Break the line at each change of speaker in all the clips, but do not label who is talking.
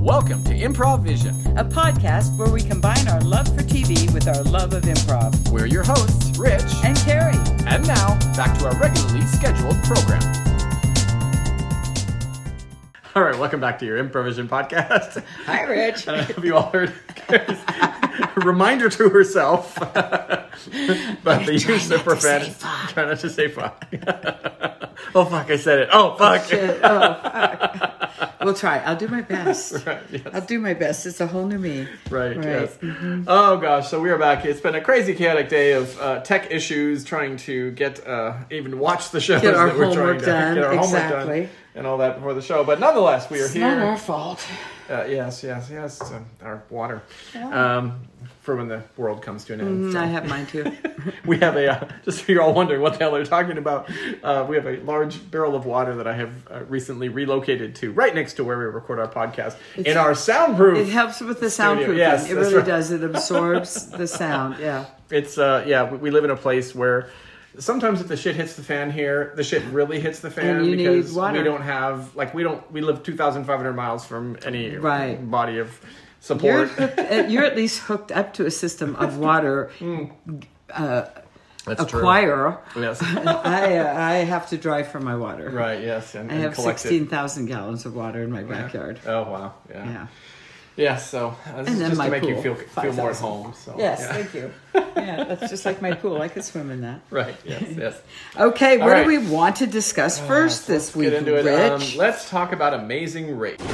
Welcome to Improv Vision.
a podcast where we combine our love for TV with our love of improv.
We're your hosts, Rich,
And Carrie,
and now back to our regularly scheduled program. All right, welcome back to your Improvision podcast.
hi, Rich.
I don't know if you all heard Carrie's reminder to herself about the use of profanity. Try not to say fuck. oh fuck, I said it. Oh fuck.
Shit. Oh, fuck. We'll try. I'll do my best.
Right, yes.
I'll do my best. It's a whole new me.
Right.
Right. Mm-hmm.
Yes. Oh gosh. So we are back. It's been a crazy, chaotic day of uh, tech issues, trying to get uh, even watch the shows
Get our
that we're trying
homework
to
done,
get our homework
exactly.
done and all that before the show. But nonetheless, we are
It's
here.
not our fault.
Uh, yes, yes, yes. It's, um, our water
Yeah.
um, for when the world comes to an end.
Mm,
so.
I have mine too.
we have a uh, just so you're all wondering what the hell they're talking about. Uh, we have a large barrel of water that I have uh, recently relocated to right next to where we record our podcast in our soundproof.
It helps with the
Studio.
soundproofing.
Yes,
it
that's
really
right.
does. It absorbs the sound. Yeah.
it's uh yeah we, we live in a place where sometimes if the shit hits the fan here the shit really hits the fan
And you need
because
water.
we don't have like we don't we live 2500 miles from any
Right.
body of
You're,
support
hooked, uh, you're at least hooked up to a system of water
that's
acquirer.
yes
I, uh, I have to drive for my water.
right yes and,
I
and
have
collect it.
16,000 gallons of water in my backyard.
oh wow yeah yeah,
Yeah.
so uh, this
And
is
then
just
my
to make you
pool,
feel feel more at
5,000.
home so
Yes,
yeah.
thank you. Yeah, that's just like my pool. I could swim in that.
right yes yes
Okay, what
right. Uh,
do we want to discuss first this week,
get into
Rich?
it um, let's talk about amazing race Uh,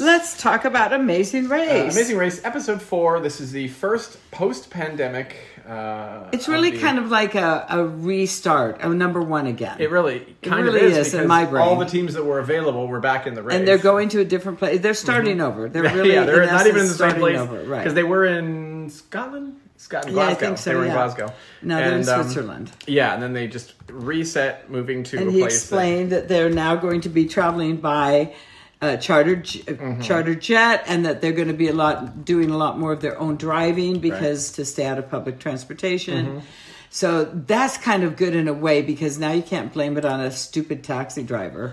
Let's talk about Amazing
Uh,
Race.
Amazing Race, episode four. This is the first post-pandemic. Uh,
It's really
the,
kind of like a, a restart, a number one again.
It really kind
really
of is,
is in
because
my brain.
all the teams that were available were back in the race,
and they're going to a different place. They're starting over. They're
Mm-hmm.
really
yeah, they're
in
not even in the
essence,
same
starting
place
over, right?
they were in Scotland. Scotland,
Yeah, I
Glasgow.
think so,
they were in
yeah.
Glasgow.
no, they're in
And, um,
Switzerland.
yeah, and then they just reset, moving to a
and he
place. that-
explained that they're now going to be traveling by uh, chartered j-
Mm-hmm.
chartered jet, and that they're going to be a lot doing a lot more of their own driving because to stay out of public transportation.
Mm-hmm.
So that's kind of good in a way because now you can't blame it on a stupid taxi driver.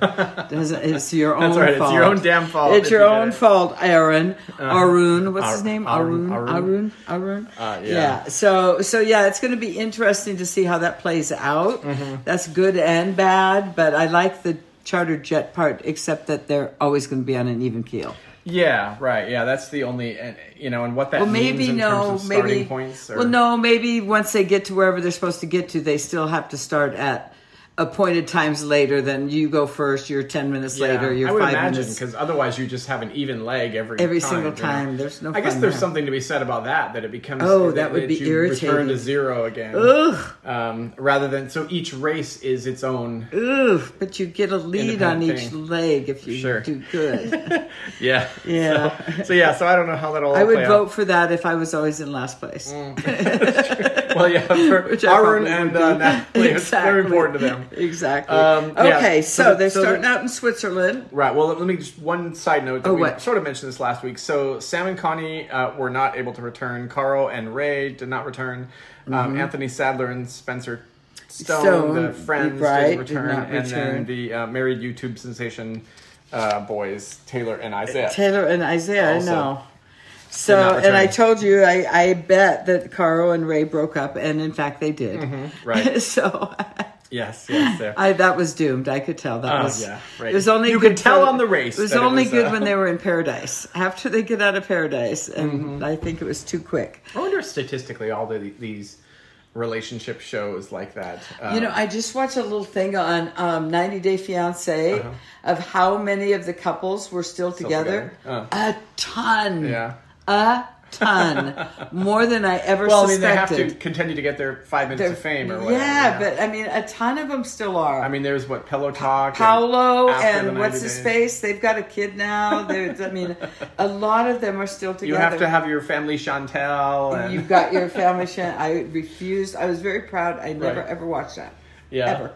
Doesn't, it's your own
That's right, it's
fault.
your own damn fault
It's
if
your
you did
own
it. Uh,
fault, Aaron. Arun, what's
Ar-
his name?
Arun,
Arun, Arun,
Arun.
Arun. Arun?
Uh, yeah.
So so yeah, it's going to be interesting to see how that plays out.
Mm-hmm.
That's good and bad, but I like the chartered jet part, except that they're always going to be on an even keel.
yeah, right. Yeah, that's the only and, you know, and what that
Well,
means
maybe
in
no,
terms of starting
maybe.
points. Or,
Well, no, maybe once they get to wherever they're supposed to get to, they still have to start at appointed times later. Then you go first. You're ten minutes
Yeah,
later. You're
I would
five
imagine
minutes.
because otherwise you just have an even leg every
Every
time,
single
you know.
time, there's no
I guess
fun
there's
there.
something to be said about that that it becomes
Oh, that would be
you Return to
irritating.
zero again. Um, rather than so each race is its own.
Ooh, but you get a lead on
Independent
each
thing.
leg if you
Sure.
do good.
Yeah.
Yeah.
So, so yeah. So I don't know how that'll. all
I would
play
vote for that if I was always in last place.
Out. Well, yeah. For
Which I
Mm. Arun
probably
and
would
uh,
be.
Natalie, it's very
Exactly.
important to them.
Exactly.
Um, yeah.
okay,
So
so,
the-
they're
so the-
starting out in Switzerland.
Right. Well, let me just one side note. That
Oh,
we
what?
Sort of mentioned this last week. So Sam and Connie uh, were not able to return. Carl and Ray did not return. Um, Anthony Sadler and Spencer Stone,
Mm-hmm. Stone,
the friends,
right,
didn't
did
return.
not
And then
return.
the uh, married YouTube sensation uh, boys Taylor and Isaiah.
Taylor and Isaiah,
Also,
I
they're
know.
not
So, and I
returning.
told you, I, I bet that Carl and Ray broke up, and in fact, they did.
Mm-hmm, right.
so,
yes. Yes. There.
I that was doomed. I could tell that
Oh,
was.
yeah, right.
It was only
You
good
could tell
for-
on the race
It was
that it
only
was,
good
uh,
when they were in paradise. After they get out of paradise, and
Mm-hmm.
I think it was too quick.
I wonder if statistically all the, these relationship shows like that. Uh,
You know, I just watched a little thing on um, 90 Day Fiance
Uh-huh.
of how many of the couples were still together.
together. Uh.
A ton.
yeah.
A ton. More than I ever
Well, I mean, they have
suspected.
to continue to get their five minutes
They're-
of fame or whatever.
Yeah, but I mean, a ton of them still are.
I mean, there's what Pillow Talk,
Paolo
After the
and
90
what's his
days.
face? They've got a kid now. There's, I mean, a lot of them are still together.
You have to have your family Chantel, and
You've got your family. shan- I refused. I was very proud. I never
Right.
ever watched that.
yeah.
Ever.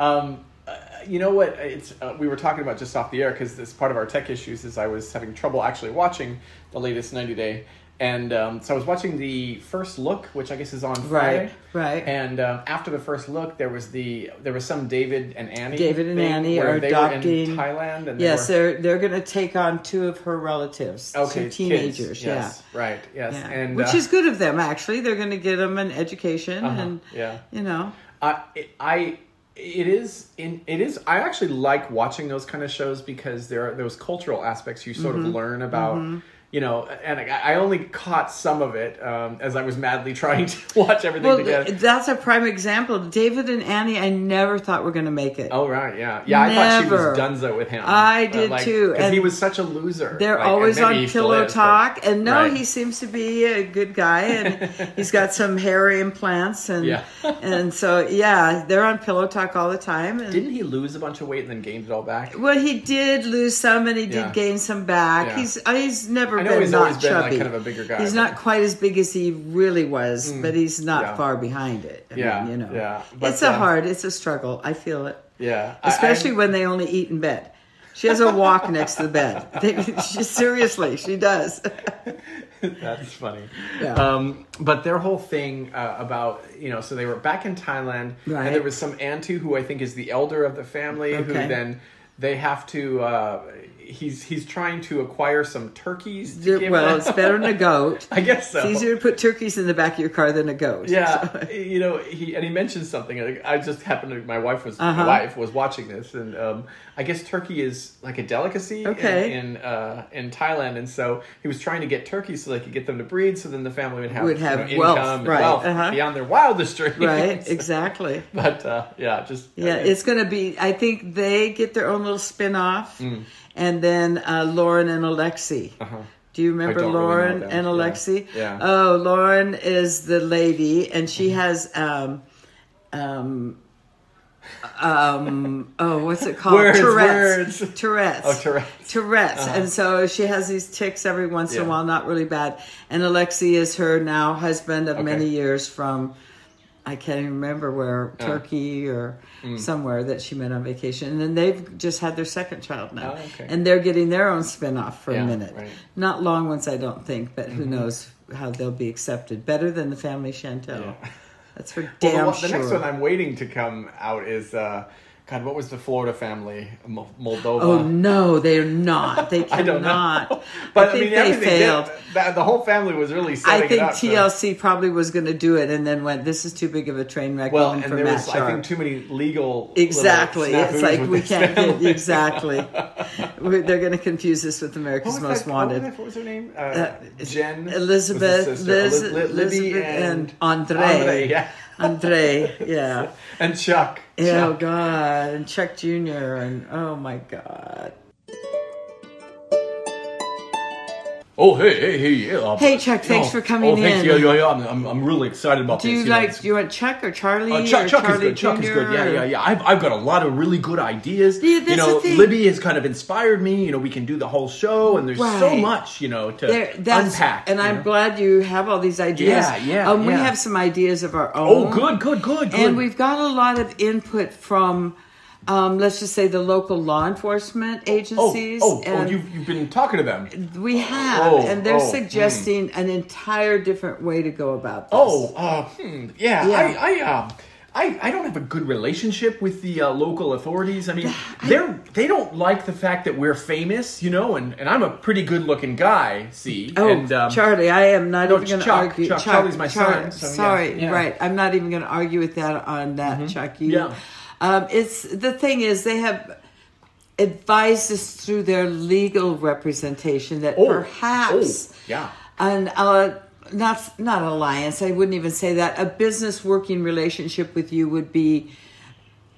Um, uh, you know what? It's uh, we were talking about just off the air because this part of our tech issues is I was having trouble actually watching the latest ninety day And um, so I was watching the first look, which I guess is on
Right,
Friday.
right.
And um, after the first look, there was the there was some David and Annie.
David and
thing
Annie
where
are
they
adopting-
were in Thailand. And they
Yes,
were-
they're they're going to take on two of her relatives,
okay,
two
kids,
teenagers.
Yes, right. Yes,
yeah, yeah.
and
which
uh, Uh-huh,
is good of them. Actually, they're going to get them an education, and
yeah.
you know,
I, it- I, it is in it is. I actually like watching those kind of shows because there are those cultural aspects you sort
Mm-hmm.
of learn about. You know, and I, I only caught some of it um, as I was madly trying to watch everything
well,
together.
th- that's a prime example. David and Annie, I never thought were going to make it.
Oh right, yeah, yeah. I
Never.
thought she was Dunzo with him.
I did too,
because he
and
was such a loser.
They're
like, and
always
maybe
on
he still
pillow
is, but-
talk, and no,
Right.
he seems to be a good guy, and he's got some hair implants, and
Yeah.
and so yeah, they're on pillow talk all the time. And,
Didn't he lose a bunch of weight and then gained it all back?
well, he did lose some, and he did
Yeah.
gain some back.
Yeah.
He's uh, he's never
I know
been
he's always
not
been, like,
chubby.
kind of a bigger guy,
He's
but- Mm.
not quite as big as he really was, but he's not
Yeah.
far behind it. I
Yeah,
mean, you know,
yeah. But,
it's a
um,
hard, it's a struggle. I feel it.
Yeah, I-
especially
I,
when they only eat in bed. She has a walk next to the bed. They, she, seriously, she does.
That's funny.
Yeah.
Um, but their whole thing uh, about you know, so they were back in Thailand,
Right.
and there was some Antu who I think is the elder of the family, who
Okay.
then they have to. Uh, he's he's trying to acquire some turkeys. To give
well,
them.
it's better than a goat.
I guess so.
It's easier to put turkeys in the back of your car than a goat.
Yeah, you know, he and he mentioned something. and I just happened to. My wife was
Uh-huh.
my wife was watching this, and um, I guess turkey is like a delicacy
Okay.
in in, uh, in Thailand, and so he was trying to get turkeys so they could get them to breed, so then the family would have
Would
you
have
know,
wealth,
income and
right,
wealth
uh-huh.
beyond their wildest dreams.
Right? Exactly.
But uh, yeah, just
Yeah, it's going to be, I think they get their own little spin off.
Mm.
And then uh, Lauren and Alexi. Do you
Uh-huh.
remember
don't really know
Lauren
them.
and
Yeah.
Alexi?
Yeah. Mm-hmm.
Oh, Lauren is the lady, and she has. um um um oh what's it called
Words,
tourette's
words.
tourette's
Oh, Tourette's. Uh-huh.
Tourette's. and so she has these tics every once in a
Yeah.
while not really bad and alexi is her now husband of many
Okay.
years from I can't even remember where Turkey or
Hmm.
somewhere that she met on vacation. And then they've just had their second child now,
Oh, okay.
and they're getting their own spinoff for a
Yeah,
minute.
right. Mm-hmm.
Not long ones, I don't think, but who knows how they'll be accepted? Better than the family Chantel.
Yeah.
That's for
Well, the
damn
one- the,
sure.
next one I'm waiting to come out is uh, God. What was the Florida family? Mo- Moldova.
oh no, they're not. They cannot.
I don't know, but I,
think
mean
they
everything. did-
failed.
that- the whole family was really setting
I think
it up. to-
TLC probably was going to do it, and then went. This is too big of a train wreck.
Well,
even
and
for
there
Matt
was, I
Sharp."
think, too many legal. little
Exactly. It's
snafus
like
with
we
this
can't
family.
get exactly. We- They're going to confuse this with America's
What was,
Most
that- what was
Wanted.
that- What was her name? Uh,
it's
Jen. was the
Elizabeth,
sister.
Liz,
Eli- Li- Libby
Elizabeth, and,
and
Andre.
Andre, yeah.
Andre, yeah.
and Chuck.
Yeah, Oh
Chuck.
God, and Chuck Jr. and oh my God.
Oh, hey, hey, hey, yeah. uh,
Hey, Chuck,
you
thanks
know,
for coming
oh, thanks,
in.
Yeah, yeah, yeah. I'm, I'm, I'm really excited about
Do
this.
you
know.
like? Do you want Chuck or Charlie?
Uh, Chuck,
or
Chuck is
Charlie
good. Chuck is
Jr.
good. Yeah,
or-
yeah, yeah. I've, I've got a lot of really good ideas.
Yeah, that's
you know,
the thing.
Libby has kind of inspired me. You know, we can do the whole show, and there's so
Right.
much, you know, to
There, that's,
unpack.
and
you
I'm
know?
glad you have all these ideas.
Yeah, yeah,
Um, we
yeah.
have some ideas of our own.
Oh, good, good, good, good.
And we've got a lot of input from, um, let's just say, the local law enforcement
oh,
agencies.
oh, oh,
and
you've, you've been talking to them.
we have,
Oh,
and they're
oh,
suggesting an entire different way to go about this.
Oh, uh, hmm, yeah,
Yeah.
I, I, uh, I, I don't have a good relationship with the uh, local authorities. I mean, they're they don't like the fact that we're famous, you know, and, and I'm a pretty good looking guy. See,
Oh,
and, um,
Charlie, I am not
no,
even going to
Chuck,
argue.
Chuck, Charlie's my son, so yeah,
sorry,
yeah. Mm-hmm.
right. I'm not even going to argue with that on that, Chuck. You,
Yeah.
um, it's the thing is they have advised us through their legal representation that
Oh,
perhaps,
oh, yeah.
an uh, not not alliance. I wouldn't even say that. A business working relationship with you would be,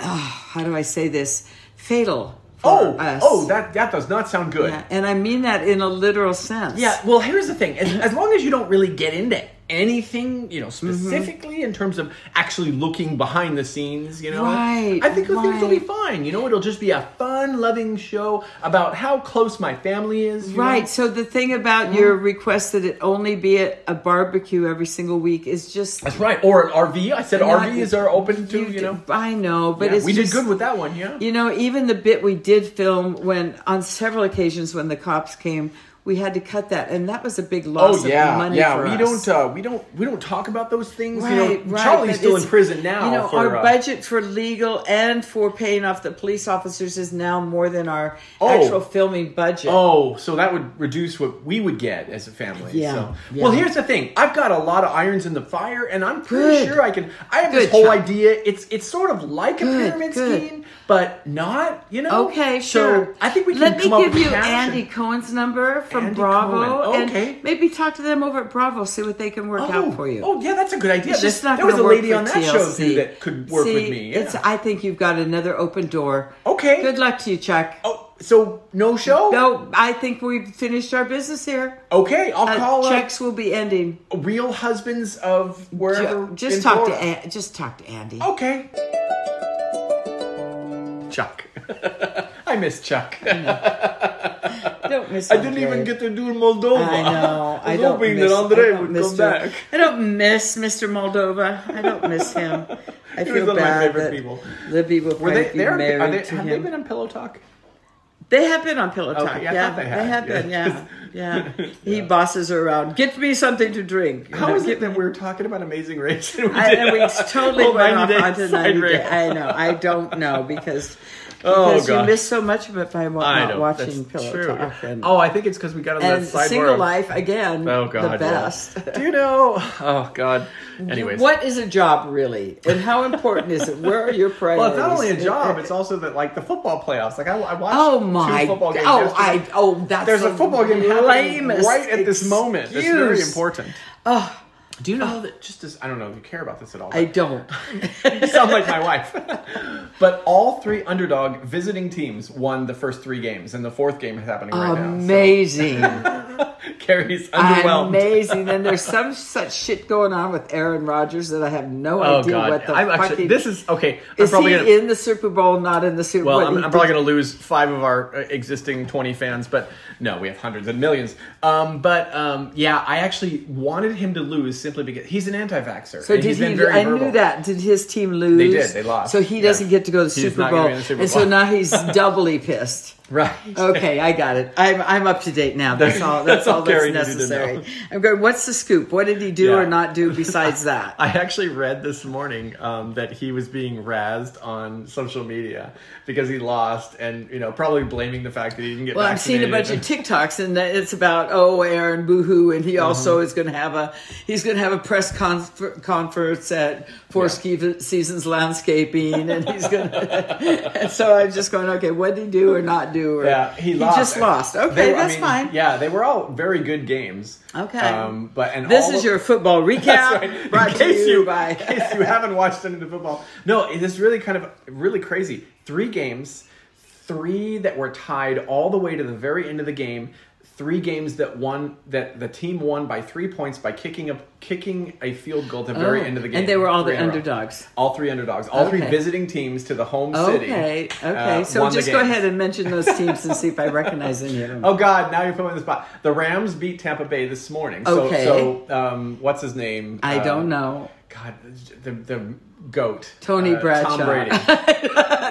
ah, how do I say this? Fatal. For
oh,
us.
oh, that that does not sound good.
Yeah, and I mean that in a literal sense.
Yeah, well, here's the thing. As, as long as you don't really get into anything, you know,
Mm-hmm.
specifically in terms of actually looking behind the scenes, you know,
Right,
I think things will be
right.
fine. You know, it'll just be a fun, loving show about how close my family is. you know?
Right. So the thing about your request that it only be a, a barbecue every single week is just
That's right. Or an RV. I said
not-
RVs are open to, you,
d-
know.
I know, but
Yeah,
it's
we
just-
did good with that one, yeah.
You know, even the bit we did film when on several occasions when the cops came, we we had to cut that, and that was a big loss
oh yeah,
of money
yeah.
for
we
us.
don't uh, we don't we don't talk about those things.
Right,
you know,
right,
Charlie's
but
still in
it's-
prison now.
You know,
for,
our
uh,
budget for legal and for paying off the police officers is now more than our
Oh.
actual filming budget.
Oh, so that would reduce what we would get as a family.
Yeah,
So.
yeah.
Well, here's the thing. I've got a lot of irons in the fire, and I'm pretty
Good.
sure I can. I have
Good,
this whole
Chuck.
idea. It's it's sort of like a
Good,
pyramid
good.
scheme, but not. You know.
Okay,
Oh, So
sure.
I think we can
let me
come up
give
with
you
cash and-
Andy Cohen's number from
Andy
Bravo,
Cohen,
and
okay.
maybe talk to them over at Bravo, see what they can work out for you.
Oh yeah, that's a good idea.
It's just
This-
not
there was
gonna
a
work
lady
for
on that
TLC.
show too that could work with
See,
me.
It's.
yeah.
I think you've got another open door.
okay.
Good luck to you, Chuck.
Oh, so no show?
No, I think we've finished our business here.
Okay, I'll
Uh,
call uh,
checks will be ending.
Real Husbands of wherever.
Ju- just
in
talk to
Florida. Oh,
An- just talk to Andy.
Okay. Chuck. I miss Chuck.
Don't miss.
I didn't
Andre.
even get to do Moldova.
I know. I
was
don't
hoping
miss,
that Andre
I don't
would
miss
come
Mr.
back.
I don't miss Mr. Moldova. I don't miss him. I
He
feel
was one of my
bad
favorite
that
people.
Libby will
Were
probably
they
be
there? Are
married
they,
to
have they
him.
been on Pillow Talk?
They have been on Pillow Talk.
Okay, I
yeah,
thought they had,
have
yeah.
been. Yeah, yeah. He bosses her around. Get me something to drink. you
How
know,
is
get
it that we're talking about Amazing Race and we,
I,
did
and we totally
whole
went
90
off
days
onto
side
90 day.
rail.
I know. I don't know because,
Oh,
because you
gosh.
miss so much of it by wa-
I
not
know,
watching
that's
Pillow
true.
Talk. And,
oh, I think it's because we got on
and
that sidebar.
Single
of-
Life, again,
Oh God,
the
yeah.
best.
Do you know? Oh God. Anyways,
What is a job really? And how important is it? Where are your priorities?
Well, it's not only a job; it's also that like the football playoffs. Like I, I watched
Oh
two
my!
football
God.
games.
Oh,
yesterday.
I. Oh, that's
There's
the
a football game happening
lamest
right at this moment. That's very
excuse.
important.
Oh,
Do you know that? Just as I don't know if you care about this at all.
I don't.
you sound like my wife. but all three underdog visiting teams won the first three games, and the fourth game is happening right
Amazing.
now. So Carrie's underwhelmed.
Amazing. And there's some such shit going on with Aaron Rodgers that I have no
Oh
idea
God!
what the
I'm
fucking.
actually. This is okay. I'm
is he
probably gonna,
in the Super Bowl? Not in the Super
Well,
Bowl?
I'm,
He
I'm probably
did-
going to lose five of our uh, existing 20 fans, but no, we have hundreds and millions. Um, but um, yeah, I actually wanted him to lose simply because he's an anti-vaxxer.
So
and
did
he's
he?
been very
I
verbal.
knew that. Did his team lose?
They did. They lost.
So he doesn't
Yeah.
get to go to the
He's
Super
not gonna
Bowl,
be in the Super
and
Bowl.
so now he's doubly pissed.
Right.
Okay, I got it. I'm I'm up to date now. That's all. That's,
That's
all
all
that's
Gary needed to
necessary.
know.
I'm going. What's the scoop? What did he do
Yeah.
or not do besides that?
I actually read this morning um, that he was being razzed on social media because he lost, and you know, probably blaming the fact that he didn't get.
Well, I've seen
vaccinated.
a bunch of TikToks, and that it's about oh, Aaron Boohoo, and he also
Mm-hmm.
is going to have a he's going to have a press confer- conference at Four Ske- Seasons Landscaping, and he's going. to... And so I'm just going, okay, what did he do or not do? Or,
Yeah, he lost.
just lost.
They
Okay,
were- I
that's
mean,
fine.
Yeah, they were all very good games.
Okay.
Um, but and
This
all
is
of-
your football recap
That's right.
brought
in
to
case
you,
you,
by
in case you haven't watched any of the football. No, it is really kind of really crazy. Three games, three that were tied all the way to the very end of the game. Three games that won that the team won by three points by kicking a kicking a field goal at the very
Oh,
end of the
and
game.
they were all
Three
the
in a row.
underdogs.
All three underdogs. All three
Okay.
visiting teams to the home city.
Okay, okay.
uh,
so
won the
just go
games.
ahead and mention those teams and see if I recognize any of them.
Oh God! Now you're putting me on the spot. The Rams beat Tampa Bay this morning.
Okay.
So, so um, what's his name?
I
Uh,
don't know.
God, the the goat. uh,
Tony Bradshaw.
Tom Brady.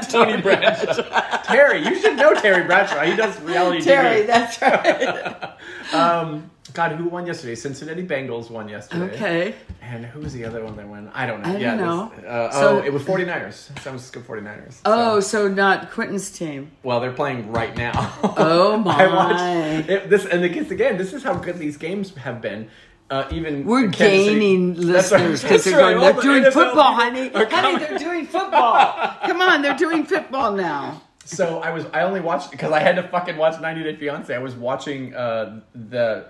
Tony Bradshaw. Terry, you should know Terry Bradshaw. He does reality
Terry,
TV.
that's right.
Um, God, who won yesterday? Cincinnati Bengals won yesterday.
okay.
And who was the other one that won? I don't know.
I don't
yeah, this-
know.
uh,
So-
oh, it was 49ers. San Francisco 49ers. So-
Oh, so not Quentin's team.
Well, they're playing right now.
Oh,
I
my.
watched it, this, and because again, this is how good these games have been. Uh, even
We're
Kansas City-
gaining
That's right.
listeners because
That's
they're
right.
going,
All
they're
the
doing
NFL
football,
people are
honey. Honey,
coming.
they're doing football. Come on, they're doing football now.
So I was I only watched because I had to fucking watch 90 Day Fiance. I was watching uh, the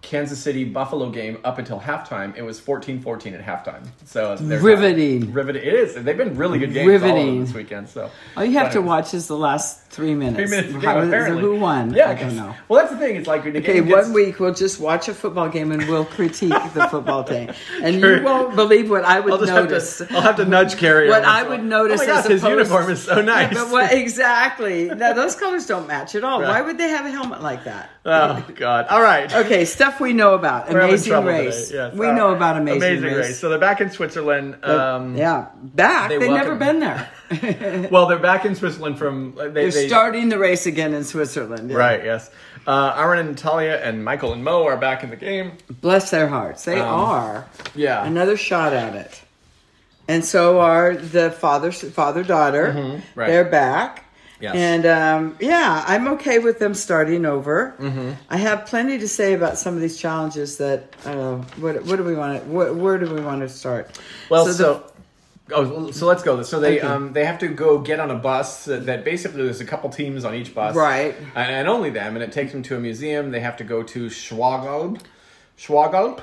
Kansas City Buffalo game up until halftime. It was 14-14 at halftime. So there's that.
Riveting.
riveting. It is. They've been really good games all of them
Riveting.
this weekend. So
All you have
But
to
anyways.
watch is the last three minutes.
Three minutes of the
How-
game, apparently.
Who won?
Yeah,
I don't
'cause-
know.
Well, that's the thing. It's like the
Okay,
game gets,
one week we'll just watch a football game and we'll critique the football game, and you
Sure.
won't believe what I would
I'll just
notice.
have to. Oh, I'll have to nudge Carrie.
what
every once
I
in a
would
while.
notice
Oh my
as
God, his
opposed-
uniform is so nice.
Yeah, but what, exactly. Now those colors don't match at all. Why
Right.
would they have a helmet like that?
oh God! All right.
Okay, stop stuff we know about.
We're having
Amazing
trouble
Race.
today. Yes.
We
Uh,
know about Amazing, Race.
So they're back in Switzerland. Um,
yeah, back.
they
They have never
welcome-
been there.
Well, they're back in Switzerland from. uh, They,
They're
they-
starting the race again in Switzerland. Yeah.
Right, yes. Uh, Aaron and Natalia and Michael and Mo are back in the game.
Bless their hearts. They
Um,
are.
yeah.
Another shot at it. And so are the father father daughter.
Mm-hmm. right.
They're back.
Yes.
And um, yeah, I'm okay with them starting over.
Mm-hmm.
I have plenty to say about some of these challenges. That uh, what what do we want? To, what, where do we want to start?
Well,
the
so, oh, so let's go. So they
Okay.
um they have to go get on a bus that, that basically there's a couple teams on each bus,
Right.
And, and only them, and it takes them to a museum. They have to go to Schwagalp, Schwagalp,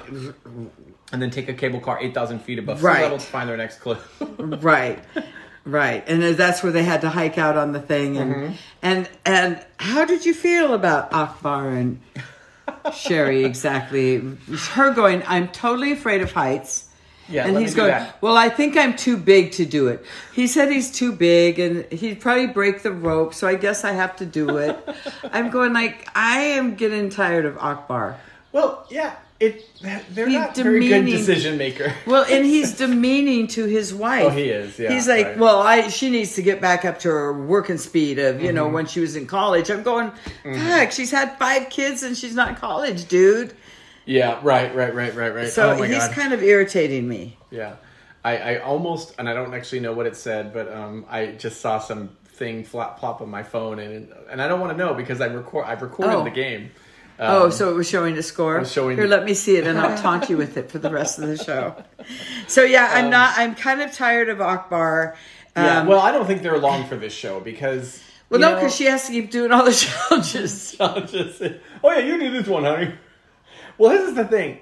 and then take a cable car eight thousand feet above sea
Right.
level to find their next clue.
right right and then that's where they had to hike out on the thing and
Mm-hmm.
and and how did you feel about akbar and sherry exactly her going i'm totally afraid of heights
Yeah,
and
let
he's
me do
going
that.
well i think i'm too big to do it he said he's too big and he'd probably break the rope so i guess i have to do it i'm going like i am getting tired of akbar
well, yeah, it they're
He's
not very good
demeaning.
decision maker.
Well, and he's demeaning to his wife.
Oh, he is, yeah,
he's like,
right.
well, I she needs to get back up to her working speed of you
Mm-hmm.
know when she was in college. I'm going, heck, she's had five kids and she's not in college, dude.
yeah, right, right, right, right, right.
So
oh my
he's
God.
kind of irritating me.
Yeah, I, I almost and I don't actually know what it said, but um, I just saw some thing flop plop on my phone, and and I don't want to know because I record I've recorded
Oh.
the game. Um,
oh, so it was showing a score.
was showing-
Here, let me see it, and I'll taunt you with it for the rest of the show. So yeah, I'm not. I'm kind of tired of Akbar. Um,
Um, Yeah,
well,
well, I don't think they're long for this show because
no, because she has to keep doing all the challenges.
just oh yeah, you do this one, honey. Well, this is the thing,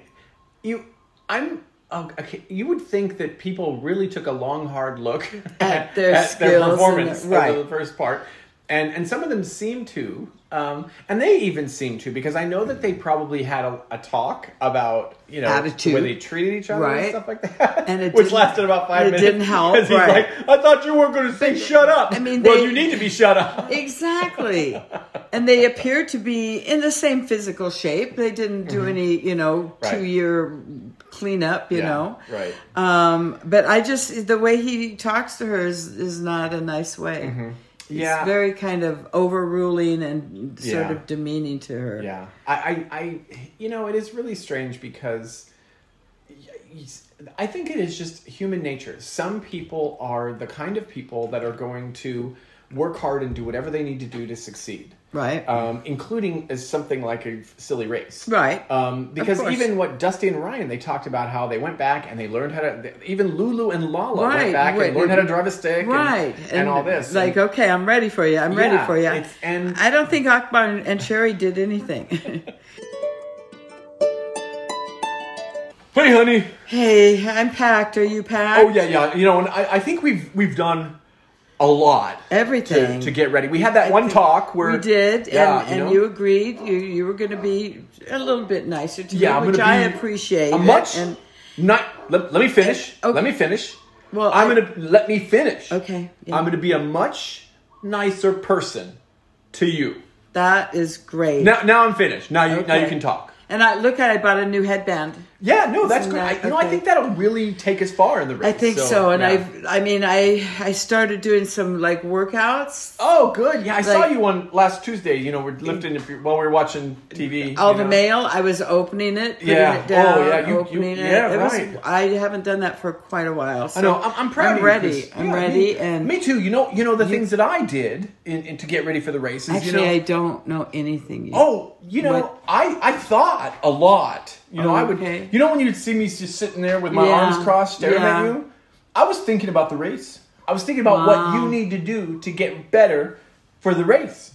you I'm. oh, Okay, you would think that people really took a long, hard look
At their skills and-
performance over
right.
the first part, and and some of them seem to, um, and they even seem to because I know that they probably had a, a talk about you know
Attitude.
the way they treated each other and
Right.
stuff like that,
And it
which
didn't-
lasted about five
it
minutes.
didn't help,
'cause he's
right.
like, I thought you weren't going to say shut up.
I mean,
well,
they-
you need to be shut up.
Exactly. and they appear to be in the same physical shape. They didn't do any, you know,
Mm-hmm. Right.
two year cleanup, you
Yeah,
know.
right.
Um, but I just the way he talks to her is is not a nice way.
Mm-hmm. Yeah.
It's very kind of overruling and sort
Yeah.
of demeaning to her.
Yeah, I, I, I, you know, it is really strange because y- y- I think it is just human nature. Some people are the kind of people that are going to work hard and do whatever they need to do to succeed.
Right.
Um, including as something like a silly race,
Right.
Um, because
course.
even what Dusty and Ryan, they talked about how they went back and they learned how to. they- Even Lulu and Lala
Right,
went back
right,
and learned how to
and-
drive a stick, and-
Right.
and, all this.
Like,
And-
okay, I'm ready for you. I'm ready
Yeah,
for you.
it's- and-
I don't think Akbar and- and Sherry did anything.
hey, honey,
hey, I'm packed. Are you packed?
Oh yeah, yeah. You know, and I, I think we've we've done a lot to,
Everything.
to get ready. We had that one talk where
We did,
Yeah,
and, and
know?
you agreed. You you were going to be a little bit nicer to
Yeah,
me,
I'm
which
gonna
I
be
appreciate.
a much
And
not. Let, let me finish.
Okay.
Let me finish.
Well,
I'm
I-
gonna let me finish.
Okay, yeah.
I'm gonna be a much nicer person to you.
that is great.
Now, now I'm finished. Now you now you
Okay.
can talk.
And I look at. I bought a new headband.
Yeah, no, that's
Isn't
good.
that-
I, you know, I
okay.
think that'll really take us far in the
I
race.
think so, and
yeah.
I've. I mean, I I started doing some like workouts.
Oh, good. Yeah, I saw
Like-
you on last Tuesday. You know, we're lifting if you- while we were watching TV.
All
you
the
know.
mail, I was opening it, putting
Yeah.
it down,
Oh, yeah, you- you-
opening it.
yeah,
it was,
right.
I haven't done that for quite a while. So
I know. I'm, I'm proud. of
I'm
you,
ready.
Chris.
I'm
Yeah,
ready,
me,
and
me too. You know, you know the things that I did in, in, to get ready for the race. Is,
actually,
you know,
I don't know anything. Yet.
oh, you know,
What?
I I thought a lot. You know,
Oh,
I would.
okay.
You know, when you'd see me just sitting there with my
Yeah.
arms crossed staring at
Yeah.
you, I was thinking about the race. I was thinking about what you
Wow.
need to do to get better for the race.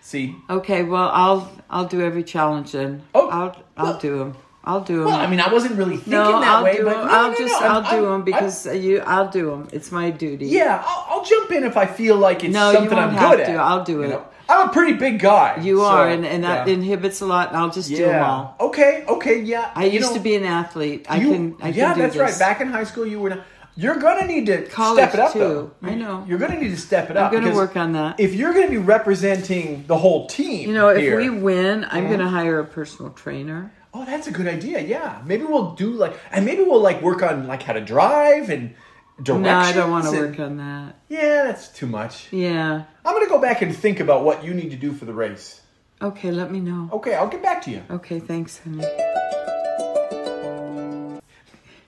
See,
Okay, well, I'll I'll do every challenge then.
Oh,
I'll I'll
well-
do them. I'll do them.
well, I mean, I wasn't really thinking
no,
that
I'll
way,
do
but
'em.
no, no,
I'll
no,
just
no, I'm-
I'll do
I'm-
them because uh, you I'll do them. It's my duty.
Yeah, I'll, I'll jump in if I feel like it's
No, you
something I'm
won't have
good
to.
at.
I'll do
you
it.
know? I'm a pretty big guy.
you
so,
are, and and that
yeah.
inhibits a lot. And I'll just do them
yeah.
all.
Okay. Okay. Yeah.
I used to be an athlete. I can I
yeah,
can do
that's
this.
right. Back in high school, you were. Not, you're gonna need to
College,
step it up,
too.
though.
I know.
You're gonna need to step it up.
gonna
because
work on that.
If you're gonna be representing the whole team,
you know, if
here,
we win, I'm going to hire a personal trainer.
Oh, that's a good idea. Yeah, maybe we'll do like, and maybe we'll like work on like how to drive and directions.
No, I don't want to
and-
work on that.
Yeah, that's too much.
Yeah.
I'm gonna go back and think about what you need to do for the race.
Okay, let me
Oh.
know.
Okay, I'll get back to you.
Okay, thanks, honey.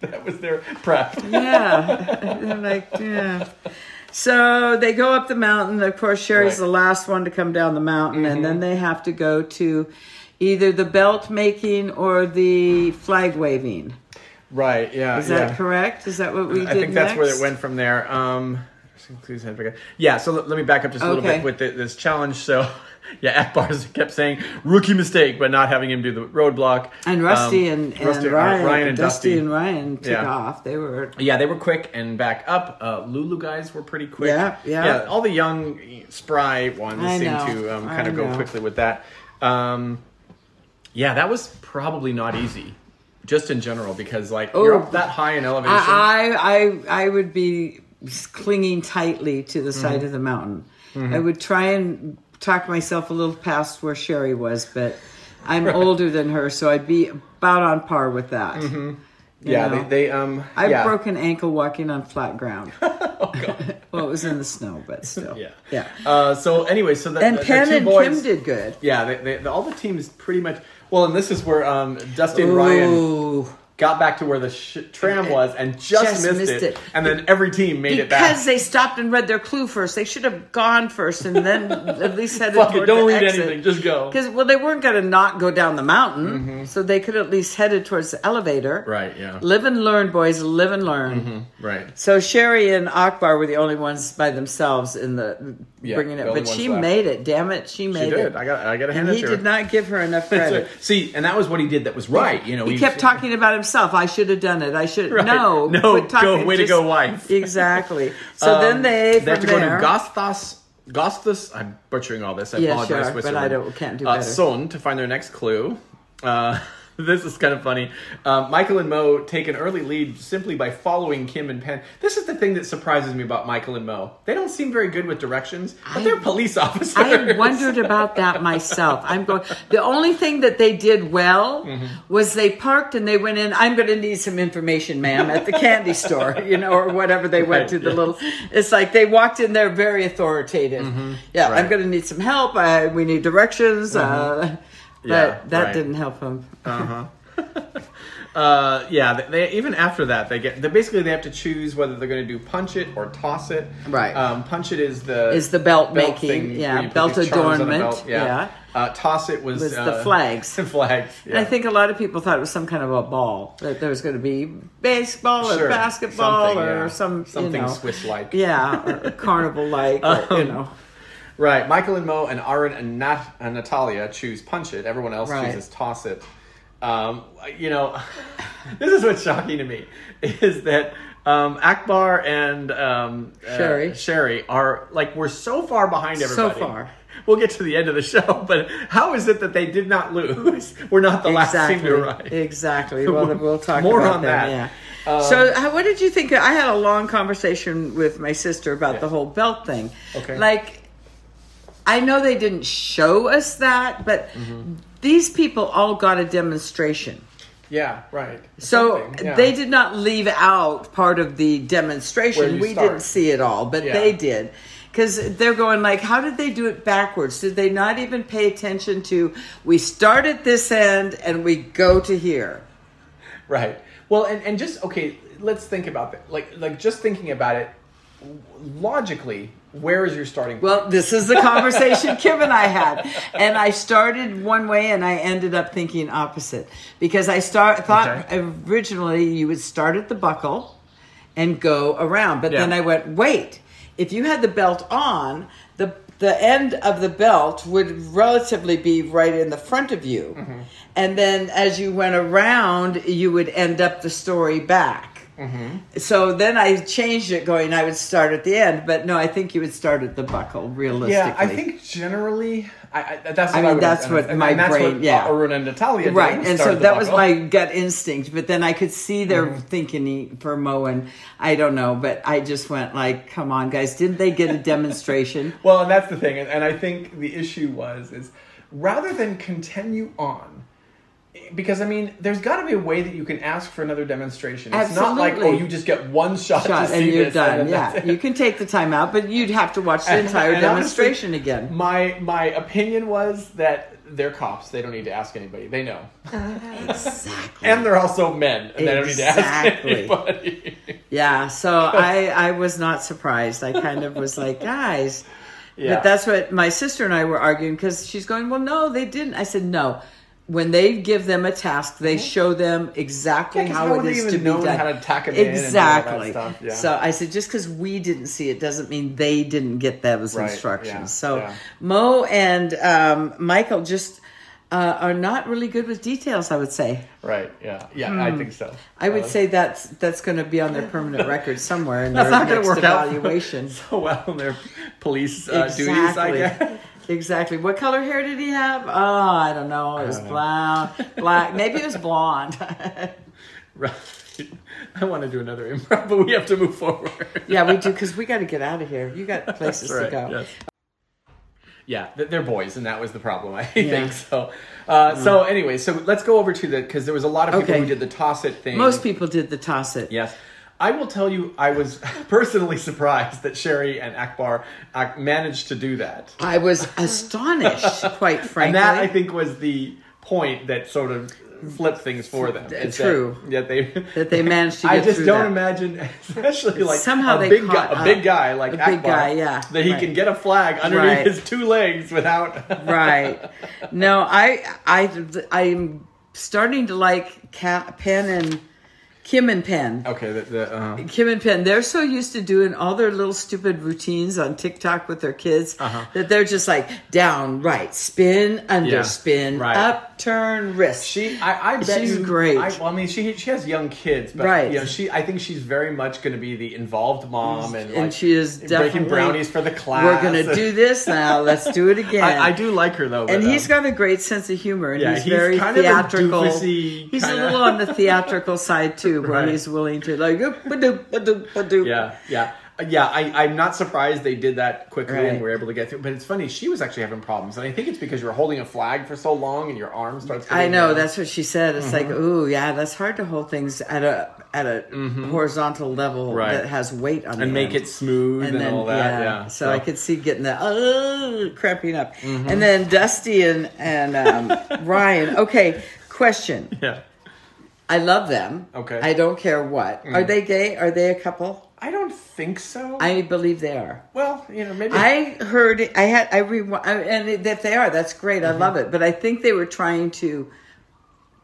That was their prep.
yeah. They're like, yeah. So they go up the mountain. Of course, Sherry's
Right.
the last one to come down the mountain, and
Mm-hmm.
then they have to go to either the belt making or the flag waving.
Right. Yeah.
Is that
yeah.
correct? Is that what we did?
I think that's where
next?
it went from there. Um, clues I forget. Yeah, so let, let me back up just a little
Okay.
bit with the, this challenge. So, yeah, Akbar's kept saying rookie mistake, but not having him do the roadblock.
And Rusty,
Um,
and, and
Rusty-
Ryan,
Ryan and
Dusty,
Dusty.
and Ryan took
Yeah.
off. They were
Yeah, they were quick and back up. Uh, Lulu guys were pretty quick.
Yeah, yeah.
all the young, spry ones
I
seem
know,
to um,
I
kind of go
know.
quickly with that. Um, yeah, that was probably not easy, just in general, because like you're
Oh.
up that high in elevation.
I, I I I would be clinging tightly to the side of the mountain. I would try and talk myself a little past where Sherry was, but I'm older than her, so I'd be about on par with that. You
Mm-hmm. yeah,
know?
they, they um.
I've
yeah. Oh,
broken ankle walking on flat ground. well, it was in the snow, but still.
Yeah.
Yeah.
Uh, so anyway, so the,
And
the, the
Penn
two
and
boys,
Kim did good.
Yeah, they, they, the- all the teams pretty much. Well, and this is where um, Dusty and Ryan
Ooh.
got back to where the sh- tram was and just,
Just
missed,
missed
it.
it.
And then every team made it back.
Because they stopped and read their clue first. They should have gone first and then at least headed
Fuck it,
toward
don't
the
read
exit.
anything, just go.
Because well, they weren't going to not go down the mountain, so they could at least headed towards the elevator.
Mm-hmm. Right, yeah. Mm-hmm.
Live and learn, boys. Live and learn.
Right.
So Sherry and Akbar were the only ones by themselves in the
Yeah,
bringing it,
the only
but
ones
she
left.
made it. Damn it, she made
She
it.
did. I got. I got to hand
and
it
he
to
did
her.
not give her enough credit.
See, and that was what he did. That was right. You know,
He kept talking about himself. I should have done it. I should no,
No,
quit
go-
talking,
way to go, wife.
Exactly. So
Um,
then they
they have to
from there,
go to Gostas. Gostas. I'm butchering all this. I
Yeah,
apologize.
sure, but
Switzerland.
I don't- can't do
uh,
better.
Son to find their next clue. Uh, this is kind of funny. Uh, Michael and Mo take an early lead simply by following Kim and Penn. This is the thing that surprises me about Michael and Mo. They don't seem very good with directions, but
I-
they're police officers.
I had wondered about that myself. I'm going. The only thing that they did well
Mm-hmm.
was they parked and they went in. I'm going to need some information, ma'am, at the candy store, you know, or whatever they went
Right,
to. The
yeah.
little. It's like they walked in there very authoritative. Yeah, I'm
Mm-hmm. right. Mm-hmm.
going to need some help. I, we need directions. Uh, but
Yeah,
that
right.
didn't help them.
Uh, yeah, they, they even after that they get they basically they have to choose whether they're going to do punch it or toss it.
Right.
Um, punch it is the
Is the belt making,
thing
yeah,
where you put
belt
these charms on a
adornment, yeah.
yeah. Uh, toss it was,
Was the
uh,
flags.
the flags.
And I
yeah.
think a lot of people thought it was some kind of a ball that there was going to be baseball or
Sure,
basketball
something,
or
yeah.
some
something
you know,
Swiss like.
Yeah, or carnival like, you
Um,
know.
Right. Michael and Mo and Aaron and, Nat- and Natalia choose punch it. Everyone else
Right.
chooses toss it. Um, you know, this is what's shocking to me is that um, Akbar and um, uh,
Sherry.
Sherry are like we're so far behind
So
everybody.
far.
We'll get to the end of the show, but how is it that they did not lose? We're not the last team to arrive.
Exactly. Well, then we'll talk
More
about
on
that.
that. Um,
Yeah. so, how, what did you think? I had a long conversation with my sister about the whole belt thing.
Okay.
Like, I know they didn't show us that, but
Mm-hmm.
these people all got a demonstration.
Yeah, right.
So
Something, yeah.
they did not leave out part of the
Where
demonstration.
you
We
start.
didn't see it all, but
Yeah.
they did. Because they're going like, how did they do it backwards? Did they not even pay attention to we start at this end and we go to here?
Right. Well, and, and just okay, let's think about that. Like like just thinking about it logically, where is your starting point?
Well, this is the conversation Kim and I had, and I started one way and I ended up thinking opposite because I start thought
Okay.
originally you would start at the buckle and go around, but then
Yeah.
I went wait. If you had the belt on, the the end of the belt would relatively be right in the front of you,
Mm-hmm.
and then as you went around, you would end up the story back.
Mm-hmm.
So then I changed it, going I would start at the end, but no, I think you would start at the buckle. Realistically,
yeah, I think generally, I, I that's what
I
I,
mean,
would
that's
and-
what
and,
my
and that's
brain-
What
yeah.
Arun and Natalia, did.
right, and
Started
so
the
that was
buckle.
my gut instinct. But then I could see their
Mm-hmm.
thinking e, for Mo, and I don't know, but I just went like, "Come on, guys! Didn't they get a demonstration?"
Well, and that's the thing, and, and I think the issue was is rather than continue on, because I mean, there's got to be a way that you can ask for another demonstration. It's not like oh,
Absolutely.
you just get one shot,
shot
to see
and you're
this,
done.
and then that's
yeah,
it.
you can take the time out, but you'd have to watch the entire
And honestly,
demonstration again.
My my opinion was that they're cops. They don't need to ask anybody. They know,
Exactly.
and they're also men, and they don't need to ask
Exactly.
anybody.
Yeah, so I I was not surprised. I kind of was like, guys,
Yeah.
but that's what my sister and I were arguing because she's going, well, no, they didn't. I said, no. When they give them a task, they show them exactly
Mm-hmm. Yeah, 'cause
how,
how would
it
they
is
even
to be
know
done.
how to tack 'em in and all that
exactly.
stuff, yeah.
So I said, just because we didn't see it doesn't mean they didn't get those
Right,
instructions.
yeah,
so
yeah.
Mo and um, Michael just uh, are not really good with details. I would say.
right? Yeah, yeah. I think so.
Hmm. I would
Uh,
say that's that's going to be on their permanent record somewhere in
that's
their
not going
next
to work
evaluation.
out so well in their police uh, duties. I guess.
Exactly. What color hair did he have? Oh, I don't know. It was
don't know.
black. Black. Maybe it was blonde.
Right. I want to do another improv, but we have to move forward.
yeah, we do because we got to get out of here. You got places
That's
to go.
right, yes. Yeah, th- they're boys, and that was the problem. I think
Yeah. Hmm.
so. Uh, So anyway, so let's go over to the because there was a lot of people
Okay.
who did the toss it thing.
Most people did the toss it.
Yes. I will tell you, I was personally surprised that Sherry and Akbar uh, managed to do that.
I was astonished, quite frankly.
And that, I think, was the point that sort of flipped things for them. is that-
Uh, True.
Yeah, they.
that they managed to get
I just
through
don't
that.
imagine, especially like
Somehow
a
they
big guy,
caught
a big
up.
guy like
A big
Akbar,
guy, yeah,
that he
right.
can get a flag underneath
Right.
his two legs without.
right. No, I, I, I'm starting to like Ca- Penn and Kim and Penn.
okay, the, the, uh,
Kim and Penn, they're so used to doing all their little stupid routines on TikTok with their kids that they're just like down, right, spin, under,
Uh-huh. Yeah,
spin,
right.
up, turn, wrist.
she, I, I bet
She's
you-
great.
I, well, I mean, she she has young kids, but
Right.
you know, she I think she's very much going to be the involved mom and,
and
like,
she is
breaking
definitely
brownies for the class.
We're gonna do this now. Let's do it again.
I, I do like her though, but,
And
um,
he's got a great sense of humor, and
Yeah,
he's,
he's
very
kind of a
theatrical.
doofusy
he's
kinda-
a little on the theatrical side too, where
Right.
he's willing to like, "Oop, ba-doop, ba-doop, ba-doop."
Yeah, yeah, Uh, yeah. I, I'm not surprised they did that quickly and
Right.
were able to get through. But it's funny, she was actually having problems, and I think it's because you were holding a flag for so long and your arm starts.
I
getting
know
numb.
that's what she said. It's like,
Mm-hmm.
ooh, yeah, that's hard to hold things at a at a horizontal level
Mm-hmm. Right.
that has weight on the
and make
end.
it smooth and, all that. Yeah.
So, I could see getting the oh cramping up,
Mm-hmm.
and then Dusty and and um, Ryan. Okay, question.
Yeah.
I love them.
Okay. Mm-hmm.
I don't care what. Are they gay? Are they a couple?
I don't think so.
I believe they are.
well, you know, maybe.
I heard I had I re I- and if they are, that's great.
Mm-hmm.
I love it. But I think they were trying to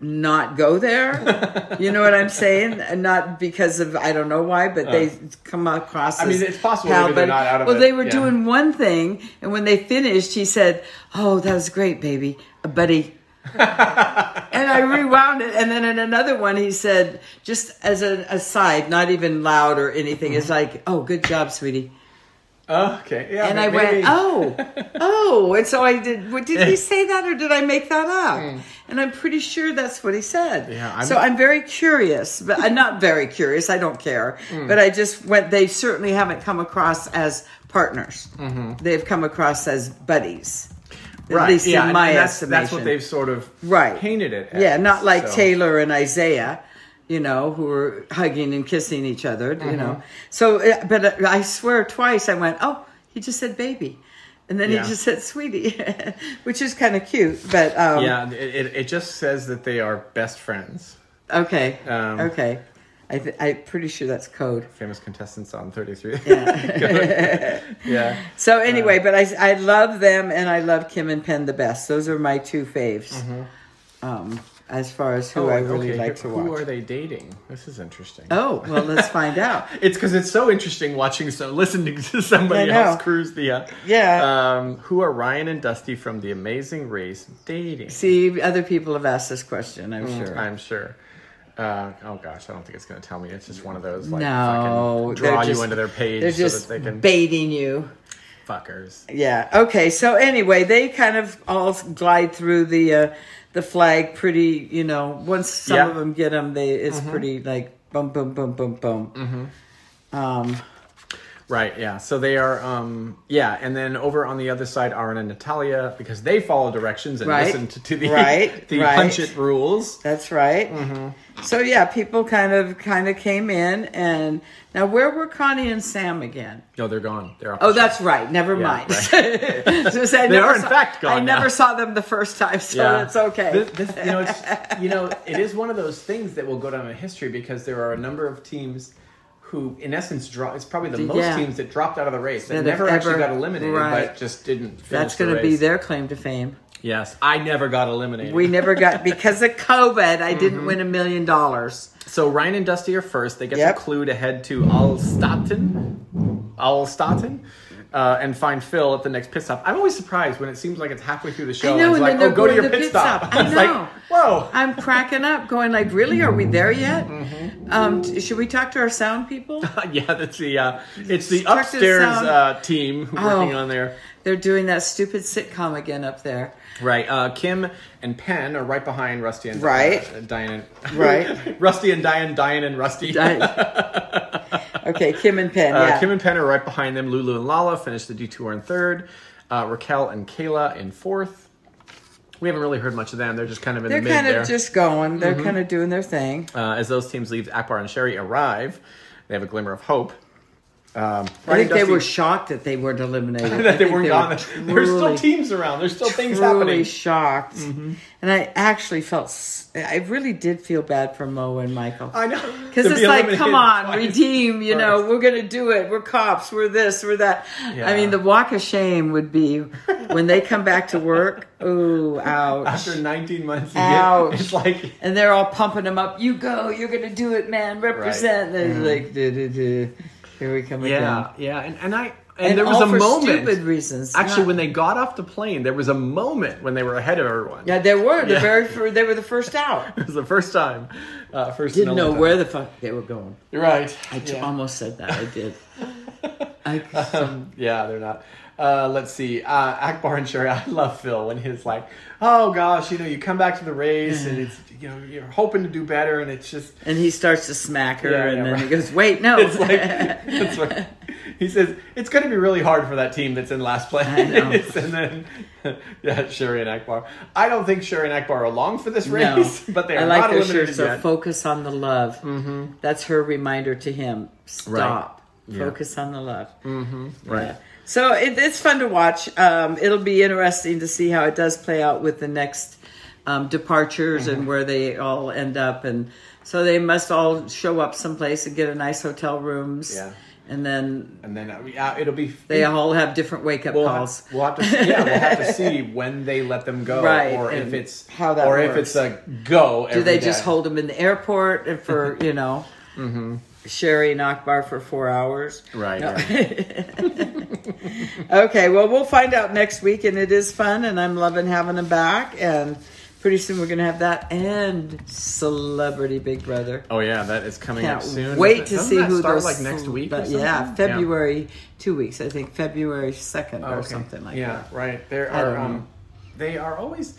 not go there. you know what I'm saying? And Not because of I don't know why, but they come across.
Uh. I mean,
as
it's possible maybe they're
pal-
not out of
Well,
it,
they were
yeah.
doing one thing, and when they finished, he said, "Oh, that was great, baby, buddy." and I rewound it, and then in another one, he said, just as an aside, not even loud or anything,
Mm-hmm.
it's like, "Oh, good job, sweetie."
oh, okay. Yeah.
and
may-
I
maybe.
went, oh, oh, and so I did. What, did he say that, or did I make that up? And I'm pretty sure that's what he said.
Hmm. Yeah, I'm-
so I'm very curious, but I'm not very curious. I don't care,
Hmm.
but I just went. They certainly haven't come across as partners.
Mm-hmm.
They've come across as buddies, at least
yeah,
in
and-
my
and that's,
estimation.
That's what they've sort of
right
painted it.
Yeah, not like
so.
Taylor and Isaiah, you know, who were hugging and kissing each other, you know.
Mm-hmm.
So, uh, but I swear, twice I went, oh, he just said baby, and then
Yeah.
he just said sweetie, which is kind of cute. But um,
Yeah, and it, it, it just says that they are best friends.
okay,
Um,
okay, I th- I'm pretty sure that's code.
Famous contestants on 33. Yeah. yeah.
So anyway, but I I love them and I love Kim and Penn the best. Those are my two faves. Um, as far as who I really
Mm-hmm. Oh, okay,
like
who-
to
Who are
watch.
they dating? This is interesting. Ah,
Oh well, let's find out.
It's because it's so interesting watching so listening to somebody
I know.
else cruise the uh,
Yeah.
Um, who are Ryan and Dusty from The Amazing Race dating?
See, other people have asked this question. I'm sure.
I'm sure. Uh, oh gosh, I don't think it's going to tell me. It's just one of those like
no,
fucking draw
they're just-
you into their page
They're
so
just
that they can
baiting you.
fuckers.
Yeah. Okay. So anyway, they kind of all glide through the uh, the flag pretty. You know, once some
Yeah. Mm-hmm.
of them get
Mm-hmm.
them, they it's pretty like boom, boom, boom, boom, boom. Um,
Right, yeah. So they are, um, yeah. And then over on the other side, Aaron and Natalia, because they follow directions and
Right.
listen to, to the,
Right,
the
right.
punch it rules.
That's right.
Mm-hmm.
So yeah, people kind of kind of came in, and now where were Connie and Sam again?
No, they're gone. They're off
Oh,
the show.
that's right. Never mind. So I
They
never
are, in
saw-
fact, gone
I
now.
never saw them the first time, so it's okay.
This, this- you, know, it's, you know, it is one of those things that will go down in history because there are a number of teams who, in essence, draw. It's probably the most
Yeah.
teams that dropped out of the race that,
That have
never actually
ever-
got eliminated,
right.
but just didn't. Finish
That's
going to
be their claim to fame.
Yes, I never got eliminated.
We never got because of COVID. I
Mm-hmm.
didn't win a million dollars.
so Ryan and Dusty are first. They get
Yep.
the clue to head to Alstaten, Alstaten, uh, and find Phil at the next pit stop. I'm always surprised when it seems like it's halfway through the show.
know,
and it's
and
like,
then they're
oh, go to your
going to the
pit
pit
stop.
stop. I
it's
know.
like, whoa.
I'm cracking up, going like, "Really? Are we there yet?
Mm-hmm.
Um, t- should we talk to our sound people?"
yeah, that's the uh, it's the
Structured
upstairs
sound.
uh, team working
Oh.
on there.
They're doing that stupid sitcom again up there.
Right, uh, Kim and Penn are right behind Rusty and
Right.
uh, Diane. And,
Right.
Rusty and Diane, Diane and Rusty.
I- okay, Kim and Penn.
Uh,
yeah.
Kim and Penn are right behind them. Lulu and Lala finish the detour in third. Uh, Raquel and Kayla in fourth. We haven't really heard much of them. They're just kind of in
They're
the mid
kind of
there.
just going. They're
Mm-hmm.
kind of doing their thing.
uh, as those teams leave, Akbar and Sherry arrive. They have a glimmer of hope. Um,
I think they
Dusty-
were shocked that they weren't eliminated. I
that they
think
weren't gone.
were
There's still
truly-
teams around. There's still things
truly
happening. Mm-hmm.
shocked. And I actually felt, s- I really did feel bad for Mo and Michael.
I know.
Because
To
it's
be
like,
eliminated
come on,
twice.
redeem, you know,
Right.
we're going to do it. We're cops, we're this, we're that. I
Yeah.
mean, the walk of shame would be when they come back to work, ooh, ouch.
After 19 months, you
Ouch.
Get, it's like
and they're all pumping them up. You go, you're going to do it, man, represent. They're like, duh, duh, duh. here we come again.
Mm-hmm. yeah, yeah, and and I and,
And,
there was
all
a
for
moment.
stupid reasons.
Actually,
not-
when they got off the plane, there was a moment when they were ahead of everyone.
Yeah, they were the
Yeah.
very first, they were the first out.
It was the first time. Uh, first
Didn't
and
know
only
where the fuck they were going.
time. Right.
I t-
yeah.
almost said that. I did. I,
Um, yeah, they're not. Uh, let's see. Uh, Akbar and Sherry, I love Phil when he's like, "Oh gosh, you know, you come back to the race and it's you know you're hoping to do better, and it's just
and he starts to smack her,
Yeah,
and
yeah,
then he
right.
goes, "Wait, no."
it's like it's like- he says it's going to be really hard for that team that's in last place.
I know.
and then yeah, Sherry and Akbar. I don't think Sherry and Akbar are along for this
No.
race, but they are
I like
not
their
eliminated
shirt. So
yet.
focus on the love. Mm-hmm. That's her reminder to him.
Yeah.
Stop.
Mm-hmm.
Focus on the love.
right.
Yeah. So it, it's fun to watch. Um, it'll be interesting to see how it does play out with the next um, departures
Mm-hmm.
and where they all end up. And so they must all show up someplace and get a nice hotel rooms.
Yeah.
And then
And then uh, yeah, it'll be
they all have different wake up
we'll
calls.
Have, we'll have to see, yeah, we'll have to see when they let them go,
Right,
Or if
and
it's
how that
or if it's
works.
a go.
Do they just hold them in the airport and for you know? Sherry and Akbar for four hours.
Mm-hmm. Right,
No. okay. Well, we'll find out next week, and it is fun, and I'm loving having them back. And pretty soon we're gonna have that and Celebrity Big Brother.
Oh yeah, that is coming
Can't
up soon.
wait
Doesn't
to see
that
who
start
those
like next week. or
but
something?
yeah, February two weeks. I think February second or
Oh, Okay.
something like
yeah,
that.
right. There
I
are
don't know.
um, they are always,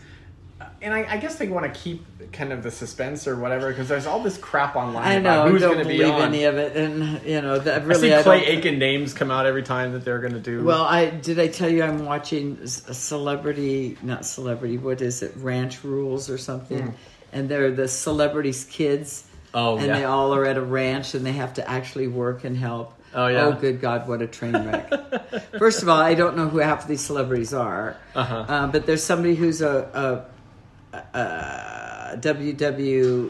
and I, I guess they want to keep kind of the suspense or whatever because there's all this crap online.
I
about
know.
who's
don't
going to
believe
be on.
any of it, and you know that
I see
really I
Clay
don't-
Aiken names come out every time that they're going to do.
Well, I did I tell you I'm watching a celebrity, not celebrity. What is it? Ranch Rules or something? And they're the celebrities' kids.
Hmm. Oh,
and
yeah.
they all are at a ranch, and they have to actually work and help.
Oh, yeah.
Oh good God, what a train wreck! First of all, I don't know who half of these celebrities are,
Uh-huh.
Uh, but there's somebody who's a, a, a WWE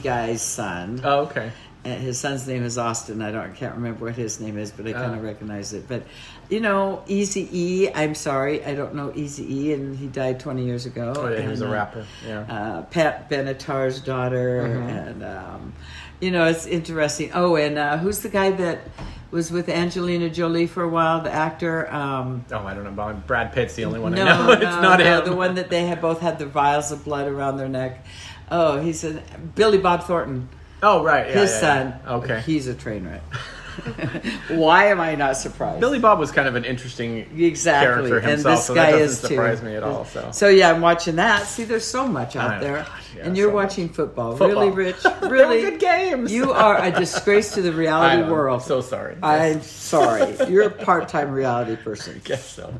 guy's son.
oh okay.
And his son's name is Austin. I don't I can't remember what his name is, but I kind
Oh.
of recognize it. But you know, Easy E. I'm sorry, I don't know Easy E, and he died 20 years ago.
Oh yeah, he was a
And, uh,
rapper. Mm-hmm. Yeah.
Uh, Pat Benatar's daughter, and um, you know, it's interesting. Oh, and uh, who's the guy that was with Angelina Jolie for a while? The actor. Um,
Oh, I don't know. Bob- Brad Pitt's the only one I
no,
know.
no,
it's not
no,
him.
The one that they had both had the vials of blood around their neck. Oh, he's a Billy Bob Thornton
Oh right, yeah,
his
yeah,
son.
yeah. Okay.
he's a train wreck. Why am I not surprised?
Billy Bob was kind of an interesting
Exactly,
character
and
himself,
this
so
guy
that doesn't
is too.
surprise me at all. So,
So yeah, I'm watching that. See, there's so much out
I know,
there,
God, yeah,
and you're
so much.
watching football.
Football.
Really, Rich.
They were
Really
good games.
You are a disgrace to the
I
reality
know,
world.
I'm so sorry.
I'm sorry. You're a part-time reality person.
guess so.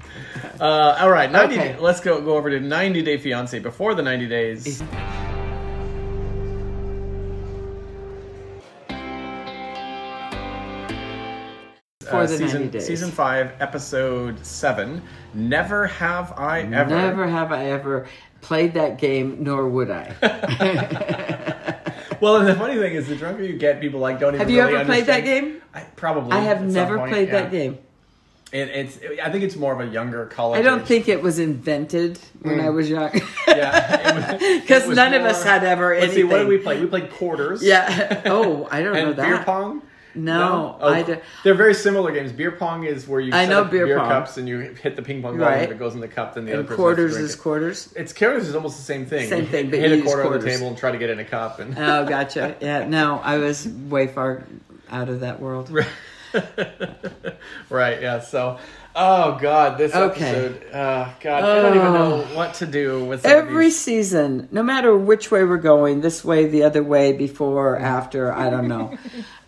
Uh, all right, 90
Okay.
let's go go over to 90 Day Fiance before the 90 days.
For the
uh, season,
90 days.
Season 5, Episode 7. Never have I ever.
Never have I ever played that game, nor would I.
Well, and the funny thing is, the drunker you get, people like don't even
Have you
really
ever played that
understand.
game?
I, probably.
I have
at some
never
point,
played
yeah.
that game.
It, it's. I think it's more of a younger college.
I don't
age.
think it was invented when I was young.
Mm. Yeah,
Because
was
none of us
more-
had ever
Let's see. What did we
anything.
play? We played quarters.
yeah. Oh, I don't know
And
that.
beer pong.
No,
Oh,
I don't.
they're very similar games. Beer pong is where you
I
set
know
up
beer
beer,
pong.
cups and you hit the ping pong ball
Right.
and if it goes in the cup, then the
And
other
quarters
person has to
is
drink
quarters.
it. It's quarters is almost the same thing.
Same thing,
You
but
hit
you
a
use
quarter on the
quarters.
table and try to get in a cup and
Oh, gotcha. Yeah. No, I was way far out of that world.
right, yeah. So, oh god, this
Okay.
episode. Oh god, I don't even know what to do with some of
Every
these.
season, no matter which way we're going, this way, the other way, before, after, I don't know.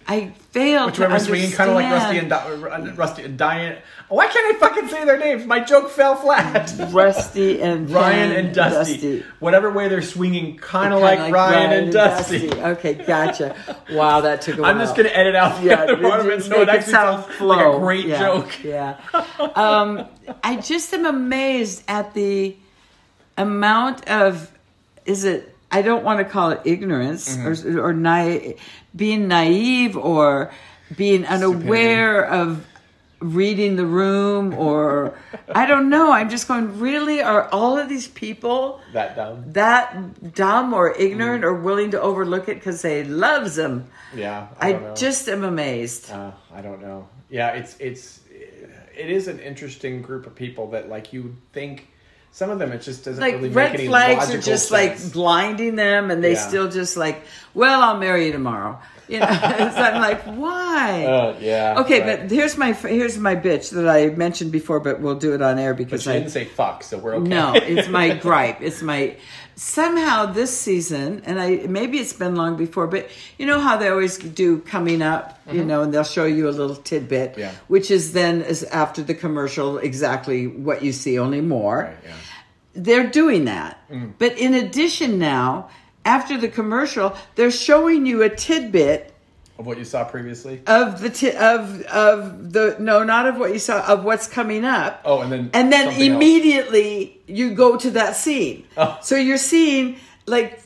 I fail
Which
to
one was
understand.
swinging kind of like Rusty and Di- uh, Rusty and Diane. Why can't I fucking say their names? My joke fell flat.
Rusty and
Ryan
Ken
and Dusty. Whatever way they're swinging, kind of
Kinda
like, Ryan, and Dusty.
Okay, gotcha. Wow, that took a while.
I'm just gonna edit out the
yeah,
other part of it
just
so it
make
actually sounds like
flow.
a great
Yeah,
joke.
Yeah. Um, I just am amazed at the amount of is it I don't want to call it ignorance
Mm-hmm.
or or na- being naive or being unaware of reading the room or I don't know. I'm just going really are all of these people
That dumb.
that dumb or
Mm.
ignorant or willing to overlook it because they loves them.
Yeah, I,
I,
don't know.
just am amazed.
Uh, I don't know. Yeah, it's it's it is an interesting group of people that like you think some of them it just doesn't
like
really make
red
any
flags are
logical
just
sense.
like blinding them, and they
Yeah.
still just like, well, I'll marry you tomorrow. You know, so I'm like, why?
Oh, yeah.
okay,
right.
but here's my here's my bitch that I mentioned before, but we'll do it on air
but
because
she
I
didn't say fuck, so we're okay.
No, it's my gripe. It's my somehow this season, and I maybe it's been long before, but you know how they always do coming up, you know, and they'll show you a little tidbit,
Mm-hmm. Yeah.
which is then is after the commercial exactly what you see, only more.
Right, Mm-hmm. yeah.
They're doing that, but in addition now, after the commercial, they're showing you a tidbit
Of what you saw previously.
of the t- of of the no not of what you saw of what's coming up
Oh, and then
and then
something else.
immediately you go to that scene
Oh.
so you're seeing like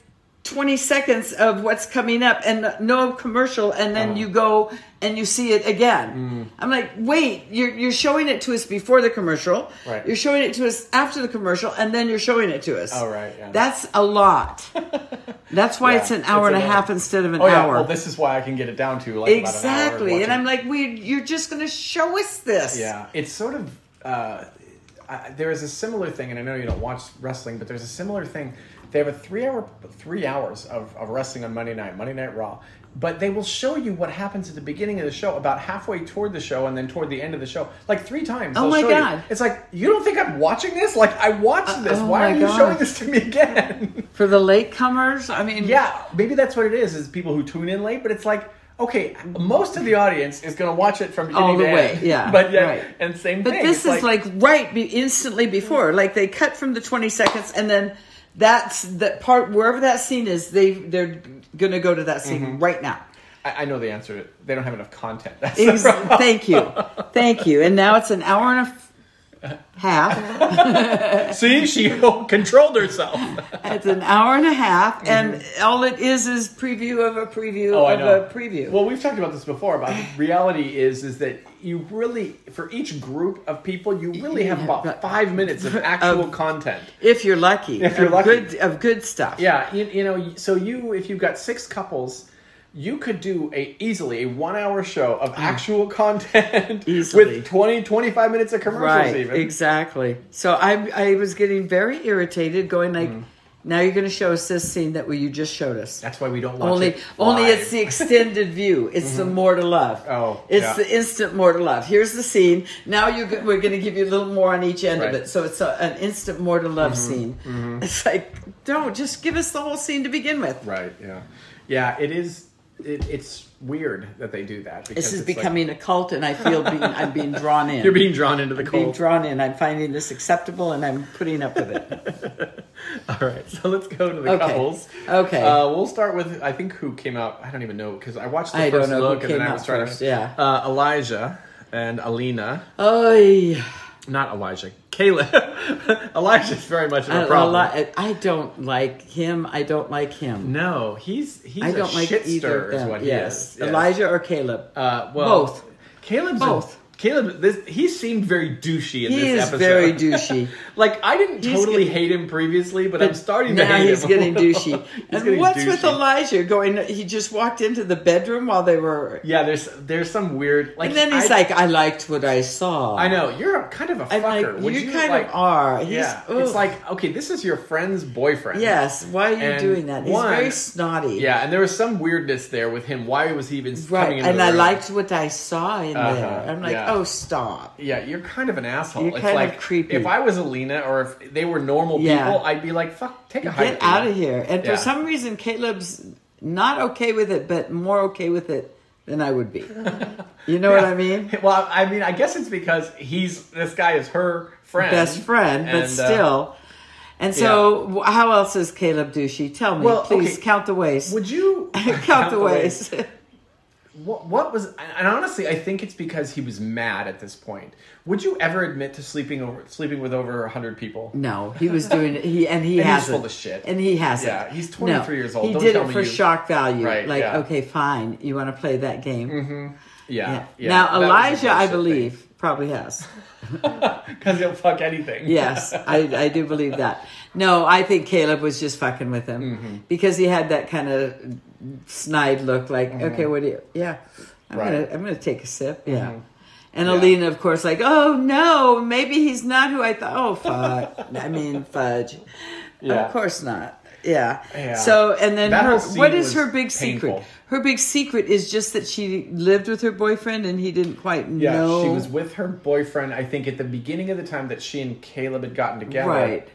20 seconds of what's coming up and no commercial and then
Uh-huh.
you go and you see it
Mm.
again i'm like wait you're, you're showing it to us before the commercial
Right.
you're showing it to us after the commercial and then you're showing it to us
Oh, right, yeah.
that's a lot that's why
Yeah,
it's an hour and a half instead of an
oh, yeah,
hour
Well, this is why I can get it down to like About an hour
Exactly.
watching.
And I'm like, we you're just going to show us this.
Yeah, it's sort of. Uh, I, there is a similar thing, and I know you don't watch wrestling, but there's a similar thing. They have a three hour, three hours of, of wrestling on Monday Night, Monday Night Raw, but they will show you what happens at the beginning of the show, about halfway toward the show, and then toward the end of the show, like three times.
Oh
they'll
my
show you.
God.
It's like you don't think I'm watching this? Like I watched this.
oh
Why
my
are
God.
you showing this to me again?
For the latecomers, I mean,
yeah, maybe that's what it is. Is people who tune in late, but it's like. Okay, most of the audience is going to watch it from
All
beginning
the
to
way,
end.
yeah,
But yeah,
right.
and same
But
thing.
this
It's
is like, right be, instantly before. Like they cut from the 20 seconds and then that's the part wherever that scene is, they they're going to go to that scene
Mm-hmm.
right now.
I, I know the answer. to- They don't have enough content. That's
Ex- thank you. Thank you. And now it's an hour and a f- half.
See, she controlled herself.
It's an hour and a half
Mm-hmm.
and all it is is preview of a preview of a preview.
Oh, Well, we've talked about this before. About the reality is, is that you really, for each group of people, you really have
but-
about five minutes of actual content.
if you're lucky.
If you're
of
lucky.
good of good stuff.
Yeah, you, you know. So you, if you've got six couples. You could do a easily a one hour show of actual content
Mm. Easily.
with 20, 25 minutes of commercials
right
even.
exactly so i i was getting very irritated going like Now you're going to show us this scene that we, you just showed us.
Mm. That's why we don't watch
Only,
it.
only
live.
it's the extended view. It's the more to love.
Mm-hmm. Oh,
it's
yeah.
the instant more to love. Here's the scene. Now you g- we're going to give you a little more on each end
Right. Mm-hmm.
of it. So it's a, an instant more to love scene. It's like don't just give us the whole scene to begin with.
right. Yeah, yeah. It is. It, it's weird that they do that. Because
This is
it's like-
becoming a cult, and I feel being, I'm being drawn in.
you're being drawn into the
I'm being
cold.
drawn in. I'm finding this acceptable, and I'm putting up with it.
All right, so let's go to the
Okay.
couples.
Okay.
Uh, we'll start with I think who came out. I don't even know because I watched the
I don't
first
know who
look and
came
then I
out
was trying
first,
to.
yeah.
Uh, Elijah and Alina.
Oh,
Not Elijah. Caleb. Elijah's very much of
Uh,
a problem.
I don't like him. I don't like him.
no, he's he's
I don't
a
like
shit
either
stirrer
of
is
them.
what he
yes.
is. Yes.
Elijah or Caleb.
Uh, well,
Both.
Caleb's a-
Both.
Caleb, this he seemed very douchey in
he
this
is
episode.
very douchey.
like I didn't
He's
totally
getting-
hate him previously, but, I'm starting to
now
hate
he's
him.
getting douchey.
He's
and
getting
what's with
douchey.
Elijah going? He just walked into the bedroom while they were,
Yeah, there's there's some weird like.
and then he's
I,
like, "I liked what I saw."
I know you're a- kind of a
I'm
fucker.
like,
Would
you,
you
kind
like,
of are. He's,
Yeah,
ugh.
it's like okay, this is your friend's boyfriend.
yes. Why are you
And
doing that? He's
one-
very snotty.
Yeah, and there was some weirdness there with him. Why was he even coming
Right,
into
and
the
I
room?
liked what I saw in there.
Uh-huh,
I'm like,
yeah.
oh, stop.
Yeah, you're kind of an asshole.
You're
it's
kind of
like
creepy.
If I was Alina, or if they were normal
Yeah.
people, I'd be like, "Fuck, take a hike."
Get out of here. And for
Yeah.
some reason, Caleb's not okay with it, but more okay with it than I would be. You know what I mean?
Well, I mean, I guess it's because he's this guy is her friend,
Best friend,
And,
but
uh,
still. And so, wh- how else is Caleb douchey? Tell me,
Well,
please.
okay.
Count the ways.
would you
count, the ways.
What, what was and honestly, I think it's because he was mad at this point. Would you ever admit to sleeping over sleeping with over hundred people?
no, he was doing it. He and he
And he's
hasn't.
full of shit.
And he hasn't.
Yeah, he's
No,
23 years old.
He
Don't
did
tell
it
me
for
you-
shock value.
Right,
like,
yeah.
okay, fine. You want to play that game?
Yeah.
Yeah.
yeah.
now
That was a
Elijah, I
bullshit
believe, probably has.
thing. Cuz he'll fuck anything.
Yes, I, I do believe that. No, I think Caleb was just fucking with him
Mm-hmm.
because he had that kind of snide look, like, okay, what do you? Yeah,
Mm-hmm. Right.
I'm
Mm-hmm.
gonna I'm gonna take a sip. Yeah. And
Yeah.
Alina, of course, like, oh no, maybe he's not who I thought. Oh fuck, I mean fudge.
Yeah.
Of course not. Yeah.
Yeah.
So and then
That
her,
whole scene
what is
was
her big secret?
painful.
Her big secret is just that she lived with her boyfriend and he didn't quite
Yeah,
know.
she was with her boyfriend I think at the beginning of the time that she and Caleb had gotten together.
right.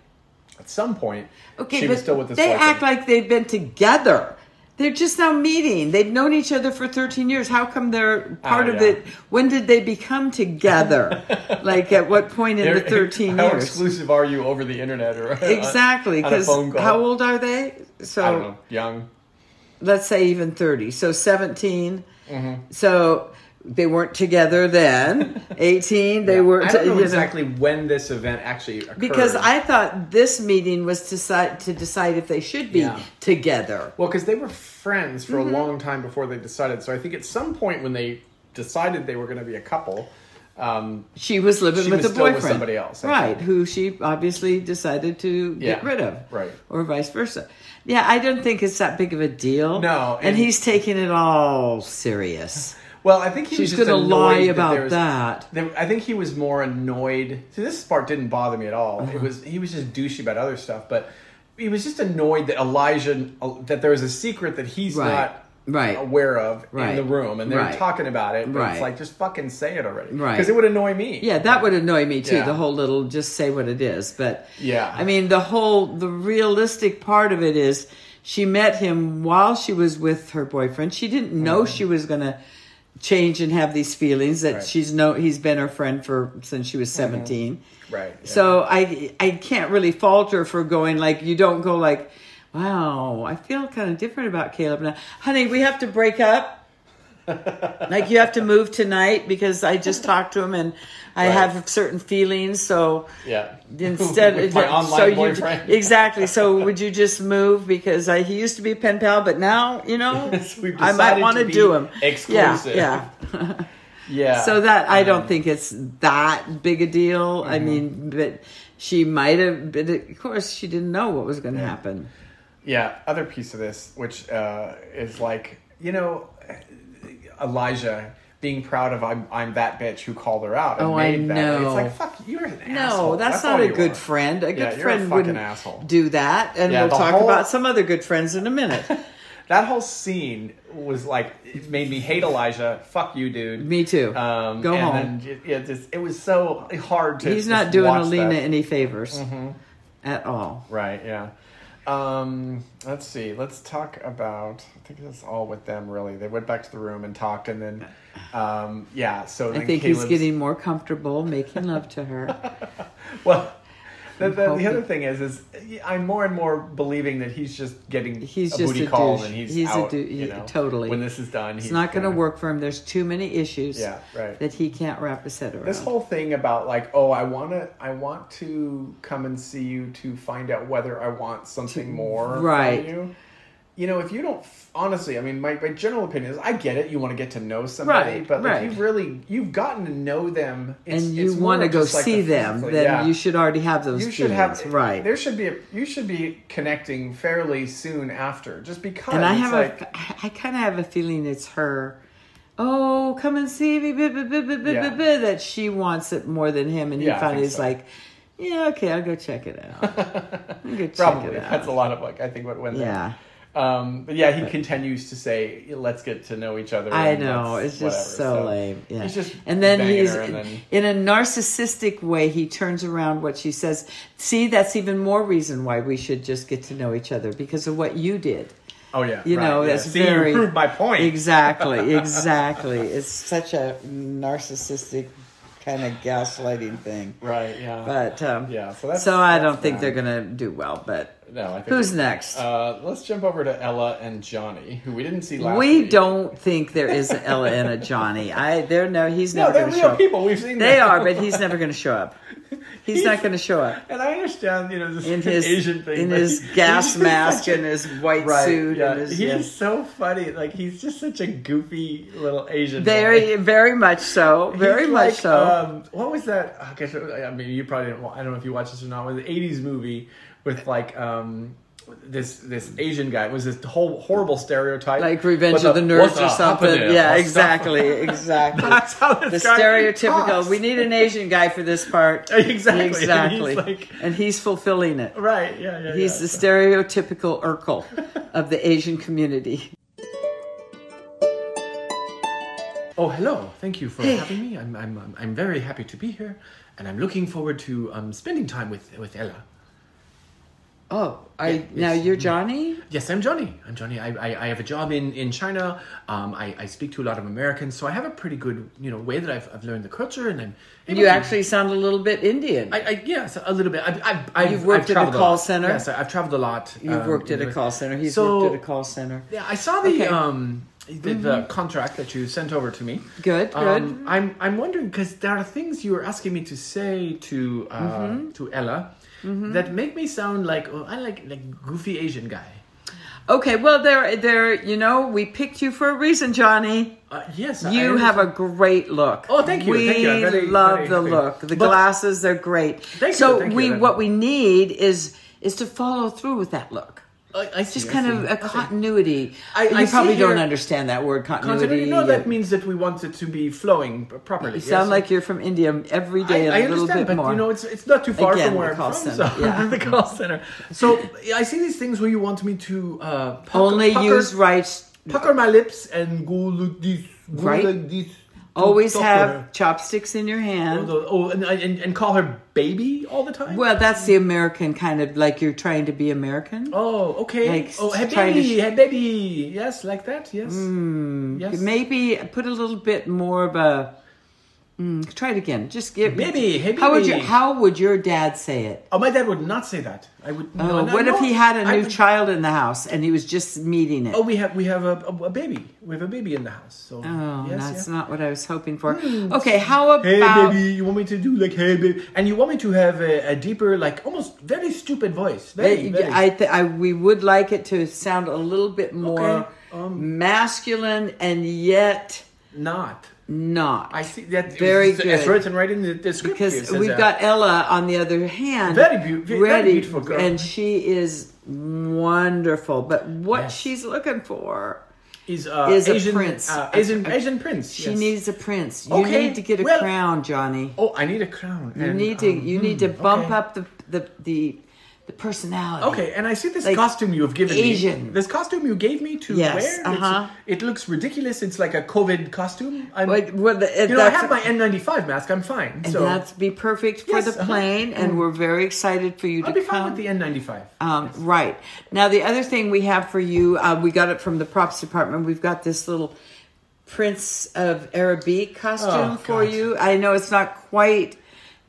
At some point,
Okay,
she
but
was still with this
they
boyfriend.
act like they've been together. They're just now meeting. They've known each other for 13 years. How come they're part
Oh,
of
yeah.
it? When did they become together? like at what point in the
They're-
13
how
years?
exclusive are you over the internet or on-
Exactly,
on a
because
phone call?
how old are they?
I don't know.
So
Young.
let's say even 30. So 17.
Mm-hmm.
So they weren't together then. 18, they
Yeah.
were.
I don't know
you
exactly when this event actually occurred.
Because I thought this meeting was to decide, to decide if they should be
Yeah.
together.
Well, because they were friends for
Mm-hmm.
a long time before they decided. So I think at some point when they decided they were going to be a couple, um,
She was living
She
with
was
a
still with
boyfriend,
somebody else, I
right? Who she obviously decided to get
Yeah,
rid of,
right.
Or vice versa. Yeah, I don't think it's that big of a deal.
No,
and,
and-
he's taking it all serious.
well, I think he
She's
was
going
just
to
annoyed
lie
that
about
there was-
that.
there- I think he was more annoyed. See, this part didn't bother me at all.
Uh-huh.
It was he was just douchey about other stuff, but he was just annoyed that Elijah that there was a secret that he's
Right.
not
Right.
aware of
Right.
in the room, and they're
Right.
talking about it. But
Right.
it's like just fucking say it already,
Right.
Because it would annoy me.
Yeah, that would annoy me too.
Yeah.
The whole little just say what it is, but
Yeah.
I mean the whole the realistic part of it is she met him while she was with her boyfriend. She didn't know she was going to change and have these feelings
Mm-hmm.
that
Right. Mm-hmm.
she's no he's been her friend for since she was 17.
Right, yeah.
So I I can't really falter for going like you don't go like wow, I feel kind of different about Caleb now. Honey, we have to break up like you have to move tonight because I just talked to him and I
Right.
have certain feelings. So
Yeah.
instead,
With my online
so you-
boyfriend.
exactly. So would you just move because I, he used to be a pen pal, but now you know
So we've
I might
decided
want to
to be
do him
exclusive.
Yeah,
Yeah.
yeah. so that I don't think it's that big a deal.
Mm-hmm.
I mean, but she might have. But of course, she didn't know what was going to happen.
Yeah, other piece of this, which uh, is like, you know, Elijah being proud of I'm I'm that bitch who called her out and
Oh, I
made that.
know.
It's like fuck, you're an
No,
asshole.
that's, not
all
a
you
good
are.
friend. A good
Yeah, you're a
friend
fucking
wouldn't
asshole.
do that. And
Yeah,
we'll
the
talk
whole-
about some other good friends in a minute.
That whole scene was like it made me hate Elijah. Fuck you, dude.
Me too.
Um,
Go
and
home.
Then, ju- yeah, just it was so hard to.
He's
just
not doing
watch
Alina
that. Mm-hmm.
any favors at all.
Right. Yeah. Um, let's see. Let's talk about. I think that's all with them. Really, they went back to the room and talked, and then, um, yeah. So
I
then
think he's
Caleb's-
getting more comfortable making love to her.
Well, the, the,
hoping-
the other thing is, is I'm more and more believing that he's just getting
He's
a
just
booty
a
call
douche.
and he's,
He's a
out.
dou-
you
yeah,
know?
totally.
When this is done,
It's not going to work for him. There's too many issues
Yeah, right.
that he can't wrap his head around.
This whole thing about like, oh, I wanna, I want to come and see you to find out whether I want something more
right.
from you. You know, if you don't, f- honestly, I mean, my, my general opinion is, I get it. You want to get to know somebody,
Right,
but like
right.
you've really, you've gotten to know them, it's,
and you
it's more
want to go
just like the
see them,
physical-
then
yeah.
you should already have those
You should
feelings.
have
right.
There should be a, you should be connecting fairly soon after, just because.
and I
it's
have
like,
a, I kind of have a feeling it's her. Oh, come and see me, blah, blah, blah, blah, blah,
Yeah.
blah, blah," that she wants it more than him, and
Yeah, I
he
think
finally is
so.
like, yeah, okay, I'll go check it out. I'll go check
probably
it out.
that's a lot of like I think what went there.
yeah,
Um, but yeah, he continues to say, "Let's get to know each other."
I
and
know.
let's
It's just so,
whatever."
lame. Yeah.
he's just
and then
banging
he's
her and then-
in a narcissistic way. He turns around what she says. See, that's even more reason why we should just get to know each other because of what you did.
Oh yeah,
You
right,
know,
yeah.
that's
See,
very
you proved my point.
Exactly, exactly. it's such a narcissistic kind of gaslighting thing.
Right. Yeah.
But um,
Yeah, so that's-
I
that's
don't think
bad.
they're gonna do well. But
no, I think
who's next?
Uh, let's jump over to Ella and Johnny, who we didn't see last.
we
week.
don't think there is an Ella and a Johnny. I they're no. He's
No,
never
they're
gonna
real
show up.
people. We've seen
They
them.
are, but he's never going to show up. He's,
He's-
not going to show up
And I understand, you know, this
in his
Asian thing
in
but
his
he- he's
gas
just
mask
such a-
and his white
Right,
suit
yeah.
and his
he
yeah.
is so funny. Like he's just such a goofy little Asian. boy.
very very much so, very
He's
much
like,
so.
Um, what was that? I guess it was- I mean you probably didn't. wa- I don't know if you watched this or not. It was an '80s movie with like um, this this Asian guy. It was this whole horrible stereotype,
like Revenge
But
of the Nerds
what's
or
up,
something.
happening?
Yeah,
What's up?
exactly, exactly.
That's how
the
this guy
stereotypical.
talks.
We need an Asian guy for this part.
Exactly, and he's
exactly.
like-
and he's fulfilling it.
right. Yeah, yeah.
He's
yeah.
the stereotypical Urkel of the Asian community.
Oh, hello. Thank you for having me. I'm, I'm I'm I'm very happy to be here, and I'm looking forward to um, spending time with with Ella.
Oh, I
Yeah,
now
yes.
you're Johnny.
Yes, I'm Johnny. I'm Johnny. I, I, I have a job in, in China. Um, I, I speak to a lot of Americans, so I have a pretty good you know way that I've, I've learned the culture, and I'm able
You
to-
actually sound a little bit Indian.
I, I yes, a little bit. I've, I've, I've
You've worked
I've
at a
traveled
call
lot.
center?
Yes, I, I've traveled a lot.
You've
um,
worked at
in
a
the-
call center. He's
So-
worked at a call center.
Yeah, I saw the
Okay. Mm-hmm.
um the, the contract that you sent over to me.
Good, good.
Um, I'm I'm wondering because there are things you were asking me to say to uh,
Mm-hmm.
to Ella that make me sound like oh, I like like goofy Asian guy.
Okay, well, there, there. You know, we picked you for a reason, Johnny.
Uh, yes, I
You
understand.
have a great look.
Oh, thank you,
We
thank you. I'm very-
love
very
the
happy.
look. The
But-
glasses, they're great.
Thank you,
so
thank you.
we,
That-
what we need is is to follow through with that look.
I, I see,
Just
I
kind
see.
of a
Okay.
continuity.
I-
you
I see
probably don't
here-
understand that word continuity.
continuity. No, that
yet.
means that we want it to be flowing p- properly.
you sound
yes.
like you're from India every day
I,
a
I
little
understand,
bit
but
more.
you know, it's it's not too far
Again,
from where
the
I'm
call
from.
center,
So
yeah.
the call center. So I see these things where you want me to uh, pucker,
Only
pucker,
use right.
pucker my lips and go like this, go
Right.
like this. to
Always
talk to her.
have chopsticks in your hand.
Oh, oh, and, and and call her baby all the time.
Well, that's the American kind of like you're trying to be American.
oh, okay.
Like,
oh, hey
trying to
baby,
sh- Hmm,
hey baby. Yes, like that. Yes. yes.
Maybe put a little bit more of a. Mm, try it again. Just give.
Baby, hey,
How would your
baby.
How would your dad say it?
Oh, my dad would not say that. I would. no,
Oh,
no,
what if
no.
he had a
I
new
would-
child in the house and he was just meeting it?
Oh, we have we have a, a, a baby. We have a baby in the house. So
Oh, that's
yeah. Hmm.
not what I was hoping for. Okay, how
Hey
about
baby, you want me to do like hey baby, and you want me to have a, a deeper, like almost very stupid voice. Very,
They-
very.
I, th- I we would like it to sound a little bit more
Okay, um.
masculine and yet
not.
not.
I see that.
Very
it's, It's
good.
written right in the, the script. here. It
because
says
we've
that.
got Ella on the other hand,
Very beau- very beautiful girl.
and she is wonderful. But what
Yes.
she's looking for
is, uh,
Is a
Asian,
prince.
Uh, Asian, Asian prince.
She
yes.
needs a prince. You
Okay,
need to get a
well-
crown, Johnny.
Oh, I need a crown.
You
and,
need to
um,
you need to bump
okay.
up the the the, the personality.
Okay, and I see this
Like,
costume you have given me.
Asian.
This costume you gave me to
Yes,
wear. It's-
uh-huh.
It looks ridiculous. It's like a COVID costume. I'm,
Like, well, the,
you know, I
that's-
have my N95 mask. I'm fine.
and
So
that's be perfect for
Yes,
the
uh-huh.
plane, and we're very excited for you
I'll
to
be fine
come.
with the N95.
Um, Right. Now, the other thing we have for you, uh, we got it from the props department. We've got this little Prince of Arabic costume
Oh,
for
God.
you. I know it's not quite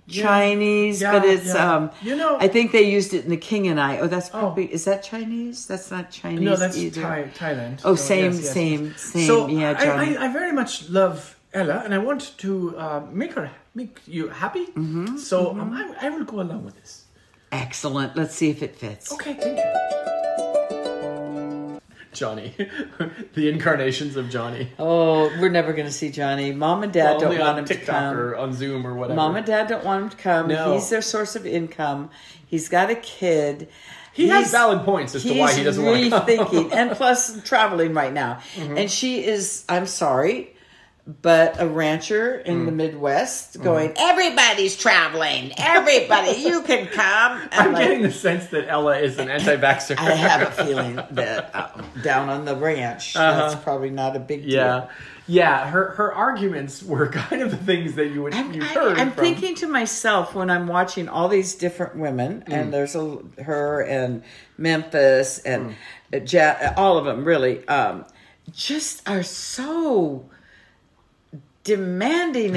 Chinese,
Yeah,
but it's,
yeah.
um,
You know-
I think they used it in The King and I. Oh, that's probably, is that Chinese? That's not Chinese
No, that's
either.
Thai, Thailand.
Oh,
So,
same,
yes, yes,
same,
yes.
same.
So
yeah,
I,
Johnny.
I, I very much love Ella, and I want to uh, make her make you happy.
Mm-hmm,
So um, I, I will go along with this.
Excellent. Let's see if it fits.
Okay, thank you. Johnny, the incarnations of Johnny.
Oh, we're never going to see Johnny. Mom and dad
Well,
don't
only
want
on
him to
TikTok
come.
or on Zoom or whatever.
Mom and dad don't want him to come.
No.
He's their source of income. He's got a kid.
he has
He's-
valid points as to why he
he's
doesn't want to come. Mm-hmm.
rethinking, and plus traveling right now. And she is, I'm sorry, but a rancher in
Mm.
the Midwest
Mm-hmm.
going, everybody's traveling. Everybody, you can come. And
I'm
like,
getting the sense that Ella is an anti-vaxxer.
I have a feeling that uh, down on the ranch, that's probably not a big deal.
Uh-huh. yeah, yeah. Her her arguments were kind of the things that you would
I'm,
you
I-
heard
I'm
from.
thinking to myself when I'm watching all these different women,
Mm.
and there's a her and Memphis and uh
Mm.
ja, all of them really, um, just are so demanding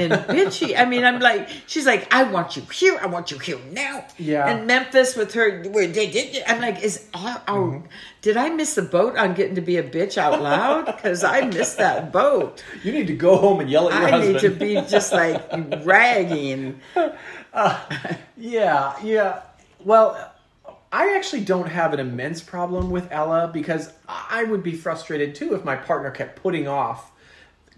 and bitchy. I mean, I'm like, she's like, I want you here, I want you here now.
Yeah.
And Memphis with her, where they did. I'm like, is our, our
Mm-hmm.
did I miss the boat on getting to be a bitch out loud? Because I missed that boat.
You need to go home and yell at your
I
husband.
need to be just like ragging.
Yeah, yeah. Well, I actually don't have an immense problem with Ella because I would be frustrated too if my partner kept putting off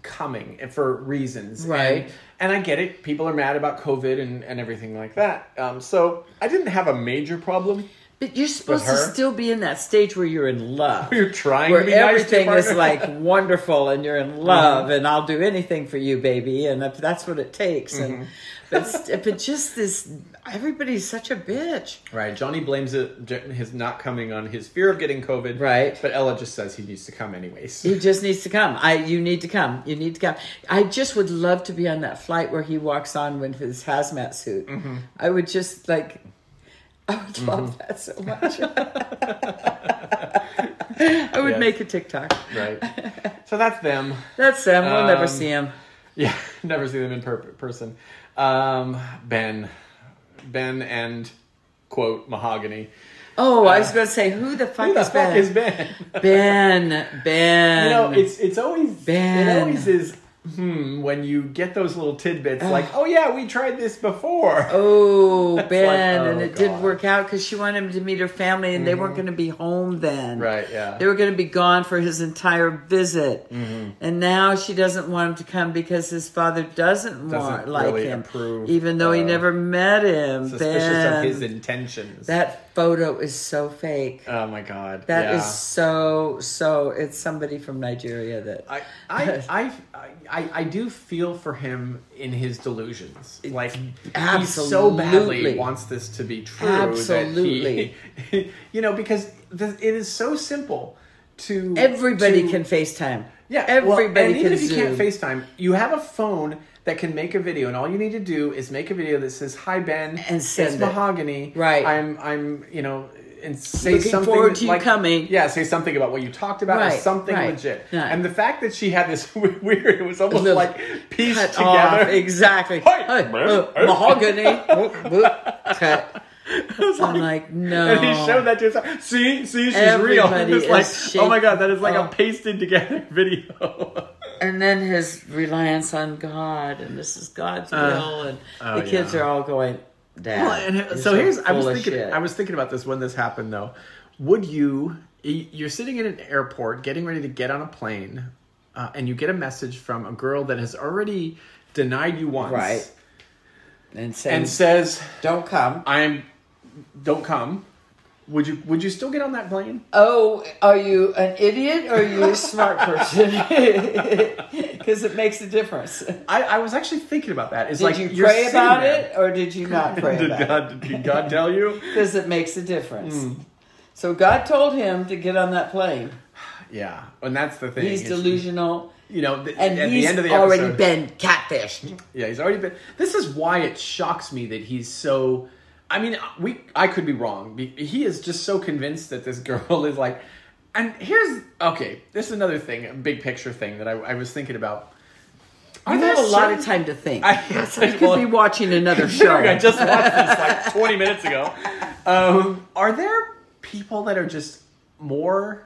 coming for reasons.
Right.
And, and I get it. People are mad about COVID and, and everything like that. Um, so I didn't have a major problem.
But you're supposed to
her?
still be in that stage where you're in love.
You're trying
where
to be
everything
nice to your
is
partner. Mm-hmm.
like wonderful and you're in love and I'll do anything for you, baby, and if that's what it takes. And
Mm-hmm.
but st- but just this everybody's such a bitch.
Right. Johnny blames it, his not coming on his fear of getting COVID.
Right.
But Ella just says he needs to come anyways.
He just needs to come. I you need to come. You need to come. I just would love to be on that flight where he walks on with his hazmat suit.
Mm-hmm.
I would just like I would love that so much. I would
Yes.
make a TikTok.
right. So that's them.
That's Sam. We'll never
Um,
see him.
Yeah, never see them in per- person. Um, ben, Ben, and quote mahogany.
Oh, I was going to say, who the
uh,
fuck,
Who the
is,
fuck
ben?
is Ben?
Ben? Ben.
you know, it's it's always
Ben.
It always is. Hmm. When you get those little tidbits, like, oh yeah, we tried this before.
oh, Ben,
like,
and
oh,
it did
God. Mm-hmm.
work out because she wanted him to meet her family, and they weren't going to be home then.
Right. Yeah. Mm-hmm.
They were going to be gone for his entire visit, and now she doesn't want him to come because his father doesn't, want
Doesn't
like
really
him,
approve,
even though he
uh,
never met him.
Suspicious
ben.
of his intentions.
that photo is so fake.
oh my god.
That is
yeah.
so so. It's somebody from Nigeria that
I, I, I, I, I do feel for him in his delusions. Like he so
Absolutely.
badly wants this to be true.
Absolutely.
That he, you know, because the, it is so simple to
everybody
to-
can FaceTime.
Yeah, well,
everybody
and
can
even if you
Zoom.
can't FaceTime, you have a phone that can make a video, and all you need to do is make a video that says "Hi Ben,"
send
it's
it.
mahogany.
Right.
I'm, I'm, you know, and say
Looking
something
forward
that,
to you
like,
coming.
Yeah, say something about what you talked about, or
Right,
something
right.
legit.
Yeah.
And the fact that she had this weird, it was almost
Little
like pieced
Cut
together.
off. Exactly.
Hi.
Hi. Uh, mahogany. Whoop, whoop. Cut.
It was
I'm like, no.
And he showed that to his see, see, she's
Everybody
real. It's like,
is
oh my god, that is like
shaking.
a pasted together video.
And then his reliance on God, and this is God's will, and
oh,
the kids
yeah.
are all going. Dad,
Well, and
you're
so here's I was
full of
thinking
shit."
I was thinking about this when this happened though. Would you y- you're sitting in an airport getting ready to get on a plane uh, and you get a message from a girl that has already denied you once
Right. and saying,
and says
"Don't come."
I'm don't come Would you would you still get on that plane?
Oh, are you an idiot or are you a smart person? Because it makes a difference.
I, I was actually thinking about that. It's
Did
like
you
you're
pray
sitting
about
there.
it or did you not pray
Did
about it?
God, Hmm. did God tell you?
Because it makes a difference. So God told him to get on that plane.
Yeah, and that's the thing.
He's
is,
delusional,
You know, th-
and
at
he's
the end of the
already
episode,
been catfished.
yeah, he's already been. This is why it shocks me that he's so. I mean, we I could be wrong. Be- He is just so convinced that this girl is like. And here's okay. This is another thing, a big picture thing that I, I was thinking about. Are
You
there
have a lot of
certain-
time to think.
I- yes, I
you could be
will.
watching another show.
considering I just watched this like 20 minutes ago. Um, are there people that are just more?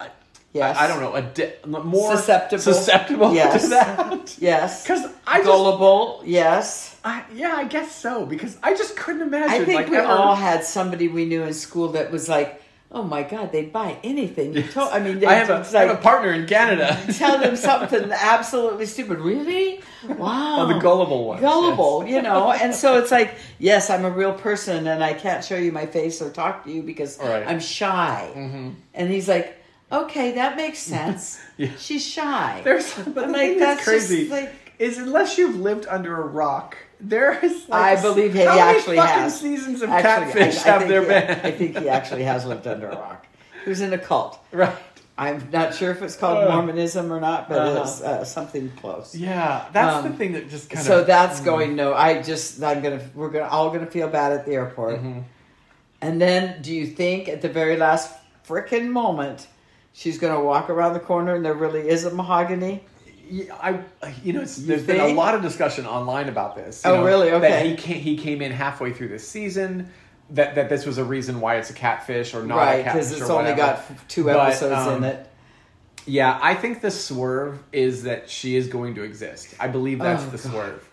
I-
Yes.
I, I don't know. Adi- more
Susceptible.
Susceptible
Yes.
to that.
Yes.
Because I just,
Gullible, yes.
I, yeah, I guess so. Because I just couldn't imagine.
I think
like,
we
ever-
all had somebody we knew in school that was like, "Oh my God, they buy anything." You told, I mean, they
I have, a,
it's
I
like,
have a partner in Canada.
tell them something absolutely stupid. Really? Wow.
Oh, the gullible ones.
Gullible, you know, and so it's like, yes, I'm a real person, and I can't show you my face or talk to you because
Right. Mm-hmm.
I'm shy. And he's like, okay, that makes sense. She's shy.
There's, but the
I'm like,
thing
that's
that's
just,
crazy.
like-
is unless you've lived under a rock, there is. Like
I believe he
how many
actually
fucking
has.
seasons of
Actually, I-
catfish
I
have
think
there
he-
been?
I think he actually has lived under a rock. He was in a cult.
right.
I'm not sure if it's called
Uh.
Mormonism or not, but
Uh-huh.
it's uh, something close.
Yeah, that's
Um,
the thing that just kind
so
of.
that's going no. I just I'm gonna we're gonna all gonna feel bad at the airport.
Mm-hmm.
And then do you think at the very last frickin' moment she's gonna walk around the corner and there really is a mahogany?
Yeah, I, you know, it's,
You
there's been a
think?
lot of discussion online about this. you
Oh,
know,
really?
That
Okay.
he came, he came in halfway through this season. That that this was a reason why it's a catfish or not a
right,
catfish
because it's
or
only got
whatever.
f- two
But,
episodes
um,
in it.
Yeah, I think the swerve is that she is going to exist. I believe that's
Oh,
the
God.
swerve.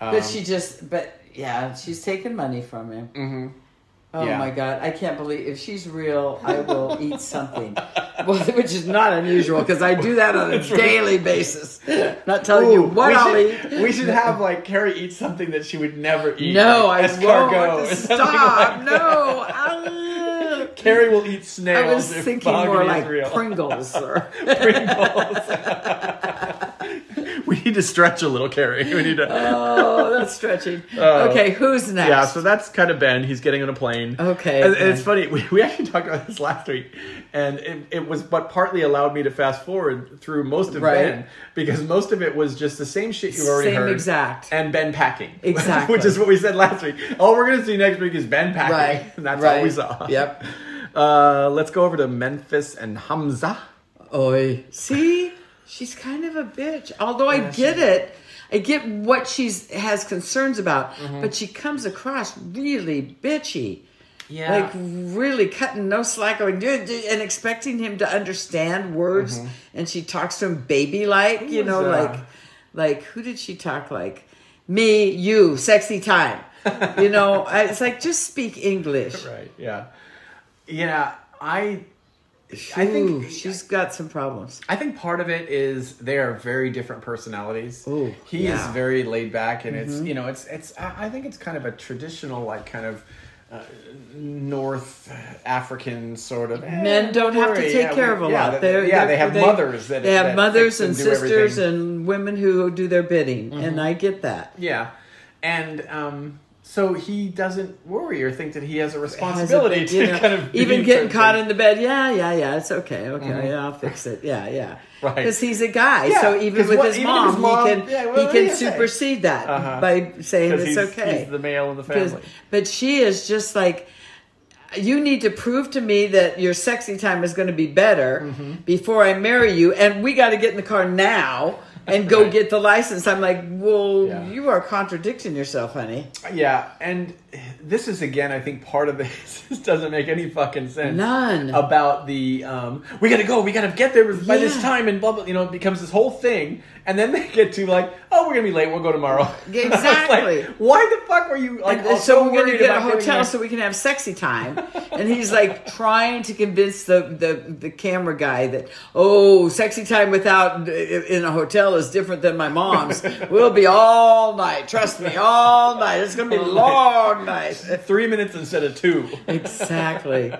um,
But she just but yeah, she's taking money from him.
hmm
Oh
Yeah.
my god, I can't believe if she's real, I will eat something. Well, which is not unusual because I do that on a daily basis. Not telling you what
we,
I'll
should,
eat.
we should have like Carrie eat something that she would never eat.
No, I
like
won't.
escargot or something
Stop!
like that.
no. Ah.
Carrie will eat
I
snails.
was
if
thinking
Bogdan
more
is
like
real.
Pringles. Or,
we need to stretch a little, Carrie. We need to.
oh, that's stretching.
Oh.
okay, who's next?
yeah, so that's kind of Ben. He's getting on a plane.
Okay,
And, and it's
Ben.
funny. We, we actually talked about this last week, and it, it was what partly allowed me to fast forward through most of
Right.
Ben because most of it was just the same shit you've already
Same
heard.
exact.
And Ben packing.
Exactly.
which is what we said last week. All we're going to see next week is Ben packing.
Right,
And that's all
right.
we saw.
Yep.
Uh, let's go over to Memphis and Hamza.
Oi. See? She's kind of a bitch. Although I get it. I get what she's has concerns about,
Mm-hmm.
but she comes across really bitchy.
Yeah.
Like really cutting no slack going "Dude, dude," and expecting him to understand words
Mm-hmm.
and she talks to him baby like, you
was,
know,
uh,
like like who did she talk like? Me, you, sexy time. you know, I- it's like just speak English.
Right. Yeah. Yeah. I. I think
Ooh, she's got some problems.
I think part of it is they are very different personalities.
Ooh,
he
yeah. Mm-hmm.
is very laid back, and it's you know it's it's I I think it's kind of a traditional like kind of uh, North African sort of eh,
Men don't have to
worry,
take
yeah,
care of a
we- yeah,
lot.
that-
They're,
yeah,
they're-
they have mothers that
they have
that
mothers
fix and
and
do
sisters
everything. Mm-hmm.
and women who do their bidding, and I get that.
yeah, and um, so he doesn't worry or think that he has a
Has a
responsibility
big,
to
you know,
kind of
even
be
getting caught
something. Mm-hmm.
in the bed. Yeah, yeah, yeah. It's okay. Okay, yeah, I'll fix it. Yeah, yeah.
Right.
Because he's a guy,
Yeah,
so even
'cause
with
what-
his,
even
mom,
if his mom-
he can
yeah, what-
he
what do
can
you say?
supersede that
Uh-huh.
by saying
'Cause
it's
he's-
okay.
he's the male in the
'Cause-
family.
But she is just like, you need to prove to me that your sexy time is going to be better
Mm-hmm.
before I marry you, and we got to get in the car now and go get the license. I'm like, well,
Yeah.
you are contradicting yourself, honey.
Yeah, and this is again, I think, part of this. This doesn't make any fucking sense.
None.
about the um, we gotta go, we gotta get there by this
Yeah.
time, and blah blah. You know, it becomes this whole thing, and then they get to like, oh, we're gonna be late. We'll go tomorrow. It's like,
Exactly.
why the fuck were you like?
And
all
so we're going to
worried
oh, get a
about getting
hotel
there?
so we can have sexy time. and he's like trying to convince the, the, the camera guy that, oh, sexy time without uh, in a hotel is different than my mom's. we'll be all night. Trust me, all night. It's going to be a long night.
three minutes instead of two.
exactly.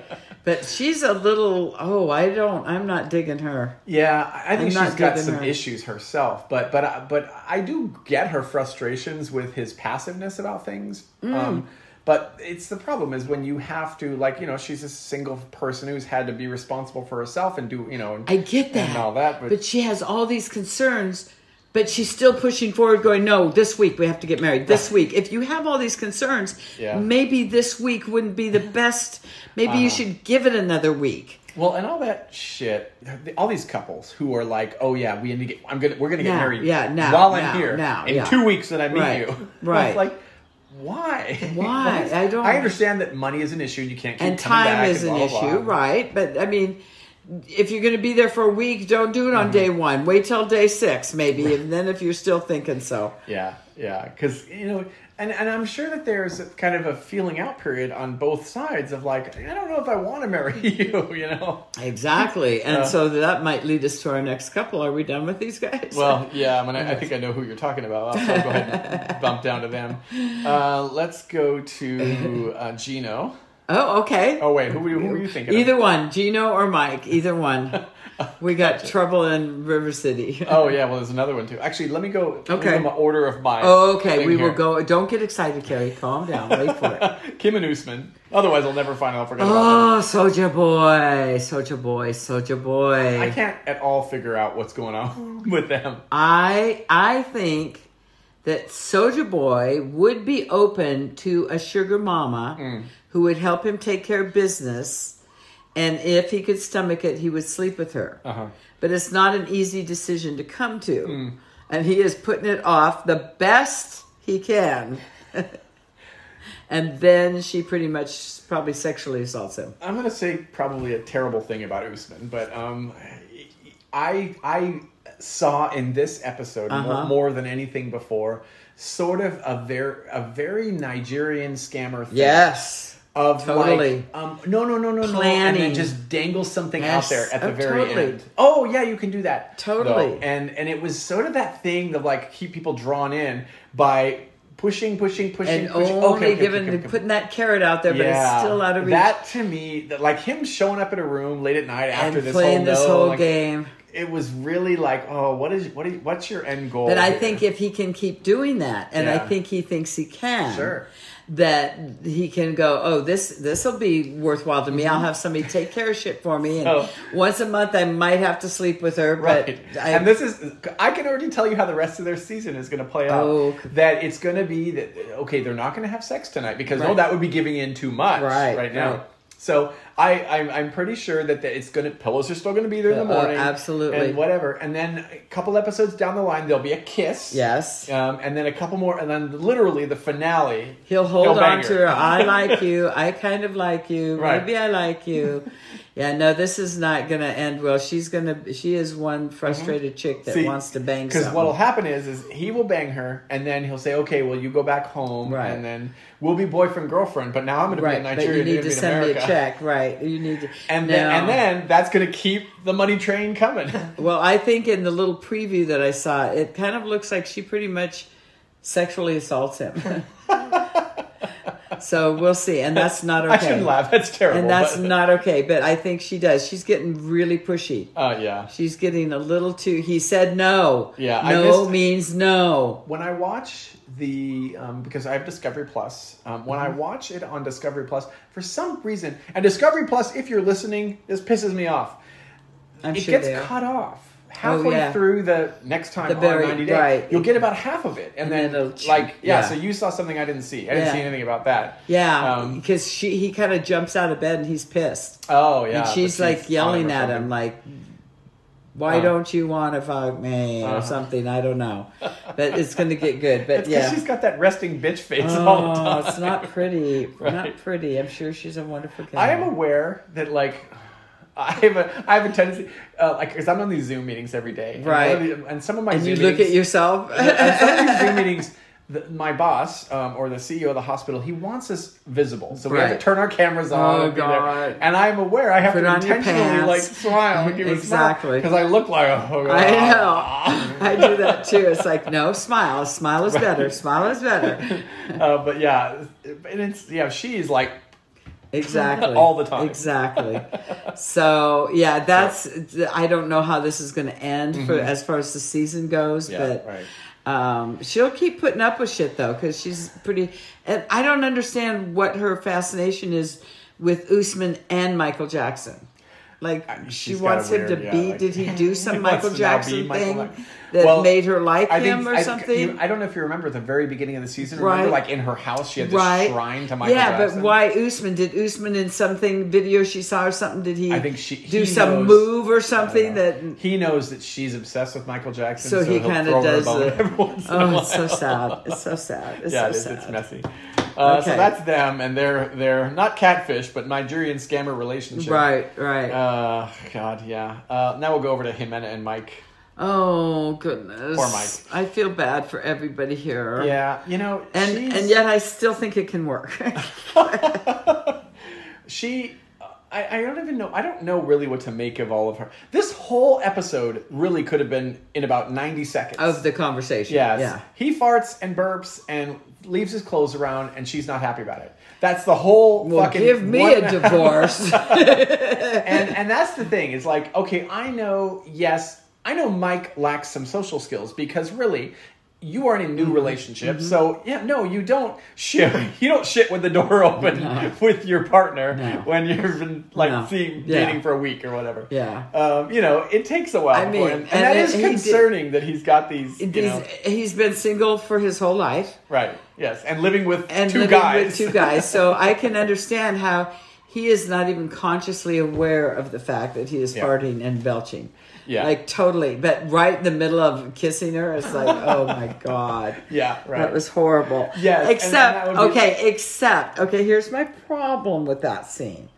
But she's a little, oh, I don't, I'm not digging her.
Yeah, I- I think
I'm not
she's got
digging
some
her.
issues herself, but but I- but I do get her frustrations with his passiveness about things.
Mm.
Um, but it's the problem is when you have to like you know she's a single person who's had to be responsible for herself and do you know and,
I get that.
and all that, but,
she has all these concerns, but she's still pushing forward, going, No, this week we have to get married. This week. If you have all these concerns,
Yeah. Uh-huh.
maybe this week wouldn't be the best. Maybe you should give it another week.
well and all that shit, all these couples who are like oh yeah we need to get I'm gonna we're gonna get
Now,
married
yeah, now,
while I'm
now,
here
now,
in
yeah.
two weeks that I meet
Right,
you
right.
like. Why?
Why?
is-
I don't-
I understand that money is an issue. You can't keep
and
coming
time
back
is
and
an
blah,
issue,
blah, blah.
right? But I mean, if you're going to be there for a week, don't do
Mm-hmm.
it on day one. Wait till day six, maybe, and then if you're still thinking so.
Yeah, yeah, because you know, and and I'm sure that there's kind of a feeling out period on both sides of like, I don't know if I want to marry you, you know.
Exactly. And
Uh-huh.
so that might lead us to our next couple. Are we done with these guys?
Well, yeah, I mean, I, I think I know who you're talking about. I'll, so I'll go ahead and bump down to them. Uh, let's go to uh, Gino.
oh, okay.
Oh wait, who were you, who were you thinking? of?
Either one, Gino or Mike, either one. We got trouble in River City.
Oh yeah, well, there's another one too. Actually, let me go. let me
Okay. Oh,
go my order of my.
Okay,
thing
we will
here.
go. Don't get excited, Carrie. Calm down. Wait for it.
Kim and Usman. Otherwise, I'll never find. I'll forget about them.
Oh, Soja Boy, Soja Boy, Soja
I
Boy.
can't at all figure out what's going on with them.
I I think that Soja Boy would be open to a sugar mama
Mm.
who would help him take care of business, and if he could stomach it, he would sleep with her.
Uh-huh.
but it's not an easy decision to come to.
Hmm.
And he is putting it off the best he can. and then she pretty much probably sexually assaults him.
I'm gonna say probably a terrible thing about Usman, but um, I I saw in this episode mo- more,
Uh-huh.
than anything before sort of a very a very Nigerian scammer thing
Yes.
of
totally.
like um, no no no no no and
Planning.
then just dangle something out
Yes.
there at the
Oh,
very
totally.
end. Oh yeah, you can do that
Totally.
though. and and it was sort of that thing of like keep people drawn in by pushing pushing pushing
And
pushing.
only given
come, come, come.
putting that carrot out there, but it's still out of reach.
That to me, that like him showing up at a room late at night after
and
this
playing
whole,
this
no,
whole
like,
game.
it was really like, oh, what is what is what's your end goal?
But I
here?
think if he can keep doing that, and I
Yeah.
think he thinks he can,
Sure.
that he can go. Oh, this this will be worthwhile to me. I'll have somebody take care of shit for me, and
Mm-hmm. Oh.
once a month I might have to sleep with her.
Right,
But I,
and this is—I can already tell you how the rest of their season is going to play out.
Oh.
That it's going to be that okay, they're not going to have sex tonight because no,
Right.
that would be giving in too much
Right,
right, now.
right.
So I, I'm, I'm pretty sure that the, it's going to pillows are still going to be there in the
Oh,
morning,
absolutely.
and whatever. And then a couple episodes down the line, there'll be a kiss,
yes,
um, and then a couple more, and then literally the finale.
he'll hold
bang
on to her. I like
you.
you. I kind of like you.
Right.
Maybe I like you. yeah, no, this is not going to end well. She's going to. She is one frustrated chick that wants to bang.
Because
someone.
Mm-hmm. what'll happen is, is he will bang her, and then he'll say, "Okay, well, you go back home,
Right.
and then we'll be boyfriend girlfriend." But now I'm going to be
Right,
in
but
Nigeria.
you need
are
to
be in
send me
America.
a check. Right, you need to.
and then
No.
and then that's going to keep the money train coming.
Well, I think in the little preview that I saw, it kind of looks like she pretty much sexually assaults him. so we'll see, and that's not okay.
I shouldn't laugh. That's terrible.
And that's
but-
not okay, but I think she does. She's getting really pushy.
Uh, yeah.
She's getting a little too. He said no.
Yeah, I
no
missed-
means no.
when I watch the um, because I have Discovery Plus, um, when I
Mm-hmm.
watch it on Discovery Plus, for some reason, and Discovery Plus, if you're listening, this pisses me off.
I'm
it
sure
gets
they are.
cut off halfway
Oh, yeah.
through the next time
The
on
very-
90 day
right.
you'll get about half of it and,
And
then,
then it'll-
like yeah,
yeah.
so you saw something i didn't see i didn't
Yeah.
see anything about that
Yeah,
um,
because she he kind of jumps out of bed and he's pissed.
oh yeah
and
but
she's like
on
yelling
or
at
something.
him, like, "Why
Uh.
don't you want to fuck me?" or something. I don't know, but it's going to get good. But
Uh-huh. it's 'cause
yeah,
she's got that resting bitch face all the
oh,
time
it's not pretty.
Right.
Not pretty. I'm sure she's a wonderful. Guy.
i am aware that like I have a I have a tendency uh, like because I'm on these Zoom meetings every day, and
Right.
one of the- And some of my
And
Zoom
you look at
meetings,
yourself.
and some of these Zoom meetings. The, my boss um, or the CEO of the hospital, he wants us visible, so we have
Right.
to turn our cameras on.
Oh,
and be there.
God.
And I'm aware I have
Put
to
on your
intentionally
pants.
like smile and give
Exactly.
because I look like oh, a
I know. I do that too. It's like, no, smile. Smile is better. Smile is better.
uh, but yeah, and it's yeah, she's like
Exactly.
All the time.
Exactly. So yeah, that's. I don't know how this is going to end for as far as the season goes,
Mm-hmm. Yeah,
but.
right.
Um, she'll keep putting up with shit though, because she's pretty. And I don't understand what her fascination is with Usman and Michael Jackson. Like she
she's got a
wants him to
weird- yeah,
be.
like-
did he do some
wants to
Michael
now be
Jackson
Michael
thing
Jackson.
that
Well,
made her like
I
him
think-
or
I-
something?
you- I don't know if you remember at the very beginning of the season. Remember,
Right.
like in her house, she had this shrine to Michael
yeah,
Jackson.
but why Usman? Did Usman in something video she saw or something? Did he?
I think she-
do
he
some
knows-
move or
I don't
something
know.
that.
he knows that she's obsessed with Michael Jackson,
So, he kind of does.
it.
The, oh, it's so sad. It's so sad. It's
yeah, it
so
is.
sad.
It's messy. Uh,
Okay.
So that's them, and they're they're not catfish, but Nigerian scammer relationship.
Right, right.
Uh, God, yeah. Uh, now we'll go over to Jimena and Mike.
oh goodness.
Poor Mike.
I feel bad for everybody here.
Yeah, you know,
And
she's-
and yet I still think it can work.
she I, I don't even know i don't know really what to make of all of her this whole episode really could have been in about 90 seconds
of the conversation.
yes
Yeah.
he farts and burps and leaves his clothes around and she's not happy about it that's the whole
Well,
fucking
give me
one-
a divorce.
and and that's the thing it's like okay i know yes i know mike lacks some social skills because really you are in a
Mm-hmm.
new relationship so yeah no you don't shit you don't shit with the door open with your partner
No.
when you've been like
No.
seeing,
Yeah.
dating for a week or whatever
Yeah.
um, you know it takes a while
I
before-
mean,
and, and
and
that
it-
is
he did-
concerning that he's got these, you
He's-
know
he's been single for his whole life.
right yes and living with
and
two
living
guys
with two guys. So I can understand how he is not even consciously aware of the fact that he is
Yeah.
farting and belching.
Yeah.
Like totally. But right in the middle of kissing her, it's like, oh my God.
yeah right
That was horrible.
Yes, and- and
Except,
that would be-
okay, except, okay, here's my problem with that scene.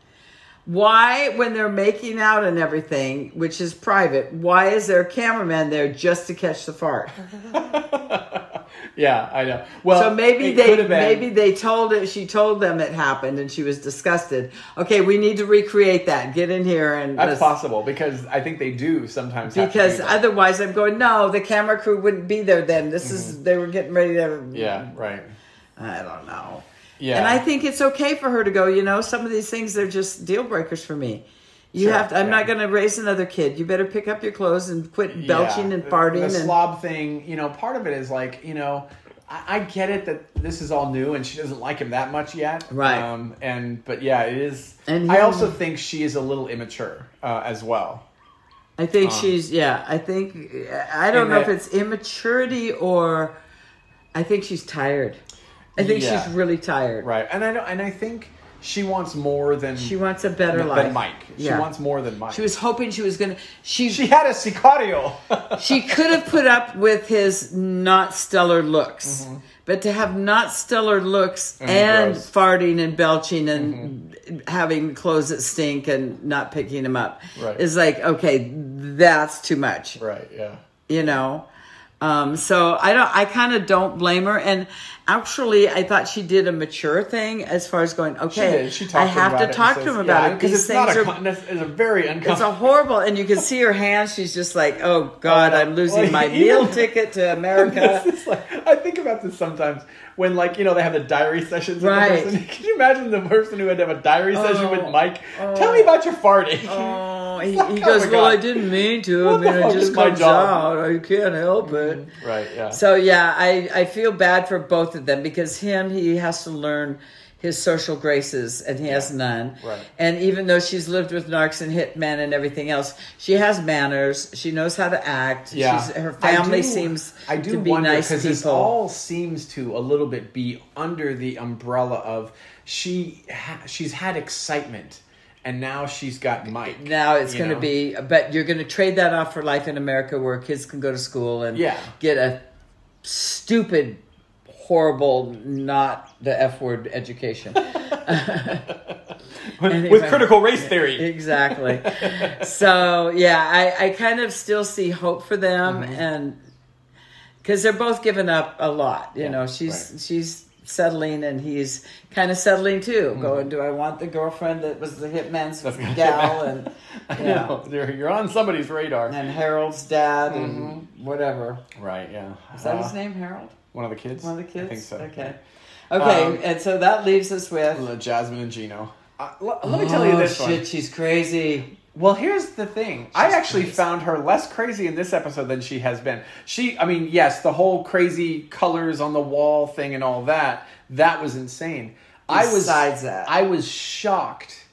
Why, when they're making out and everything, which is private, why is there a cameraman there just to catch the fart?
yeah i know well
so maybe
it
they
could have been-
maybe they told it. She told them it happened, and she was disgusted. Okay, we need to recreate that. Get in here and
that's
let's-
possible because i think they do sometimes have to do
because
that.
otherwise I'm going. No, the camera crew wouldn't be there. Then this is they were getting ready to.
Mm-hmm. Yeah, right.
I don't know.
Yeah.
and I think it's okay for her to go. You know, some of these things they're just deal breakers for me. You
Sure,
have to. I'm not
yeah.
going to raise another kid. You better pick up your clothes and quit belching
Yeah.
and
The-
farting.
The,
and
slob thing, you know, part of it is like, you know, I, I get it that this is all new and she doesn't like him that much yet.
Right.
Um, and but yeah, it is.
And
I
him-
also think she is a little immature uh, as well.
I think she's yeah. I think I don't
Um, And
know if
that-
it's immaturity or I think she's tired. I think
Yeah.
she's really tired.
Right. And I don't. And I think she wants more than
She wants a better
than,
life.
Mike. She
Yeah.
wants more than Mike.
She was hoping she was gonna. She
She
she,
had a sicario.
could have put up with his not stellar looks,
Mm-hmm.
but to have not stellar looks and,
gross.
farting and belching and
Mm-hmm.
having clothes that stink and not picking them up
Right.
is like okay, that's too much.
right. Yeah.
you know um so i don't i kind of don't blame her and actually i thought she did a mature thing as far as going okay
She did. She talked
i
to him
have
about
to
it and
talk to
says-
him about
yeah,
it
because
these
it's not
things
a,
are
con- that's- it's a very
it's a
uncomfortable.
horrible and you can see her hand she's just like oh god i'm losing
Well,
my
even-
meal ticket to america
It's just like- I think about this sometimes when, like, you know, they have the diary sessions. with
Right.
The person. Can you imagine the person who had to have a diary session with
Oh.
Mike? Tell me about your farting.
Oh, he,
Fuck,
he
oh
goes,
my
well,
God.
I didn't mean to. I
What the
mean, it
fuck
just
is my
comes
job? Mm-hmm.
out. I can't help it.
Right, yeah.
So yeah, I I feel bad for both of them because him he has to learn his social graces and he has none.
Right.
And even though she's lived with narcs and hitmen and everything else, she has manners. She knows how to act.
yeah,
She's, her
I
family
do-
seems
I do
to be
wonder,
nice
'cause
people.
This all seems to a little bit be under the umbrella of she. Ha- she's had excitement, and now she's got Mike.
now it's
you
going to
know?
be but you're going to trade that off for life in america where kids can go to school and
Yeah.
get a stupid horrible not the f word education
with,
Anyway.
with critical race theory.
exactly. so yeah, I, I kind of still see hope for them,
Mm-hmm.
and because they're both giving up a lot. You know, she's
right.
she's settling, and he's kind of settling too.
Mm-hmm.
Going, do I want the girlfriend that was the hitman's gal, and
I
yeah,
know. You're, you're on somebody's radar.
and Harold's dad, and whatever.
Right, yeah.
Is that his
Mm-hmm. Uh,
name, Harold?
One of the kids?
One of the kids.
I think so.
Okay. Okay,
Um,
and so that leaves us with.
Uh, Jasmine and Gino. Uh, l- let me tell you
Oh,
this
shit,
one.
she's crazy.
Well, here's the thing. I actually found her less crazy in this episode than she has been. She, I mean, yes, the whole crazy colors on the wall thing and all that, that was insane. I was
Besides that.
I was shocked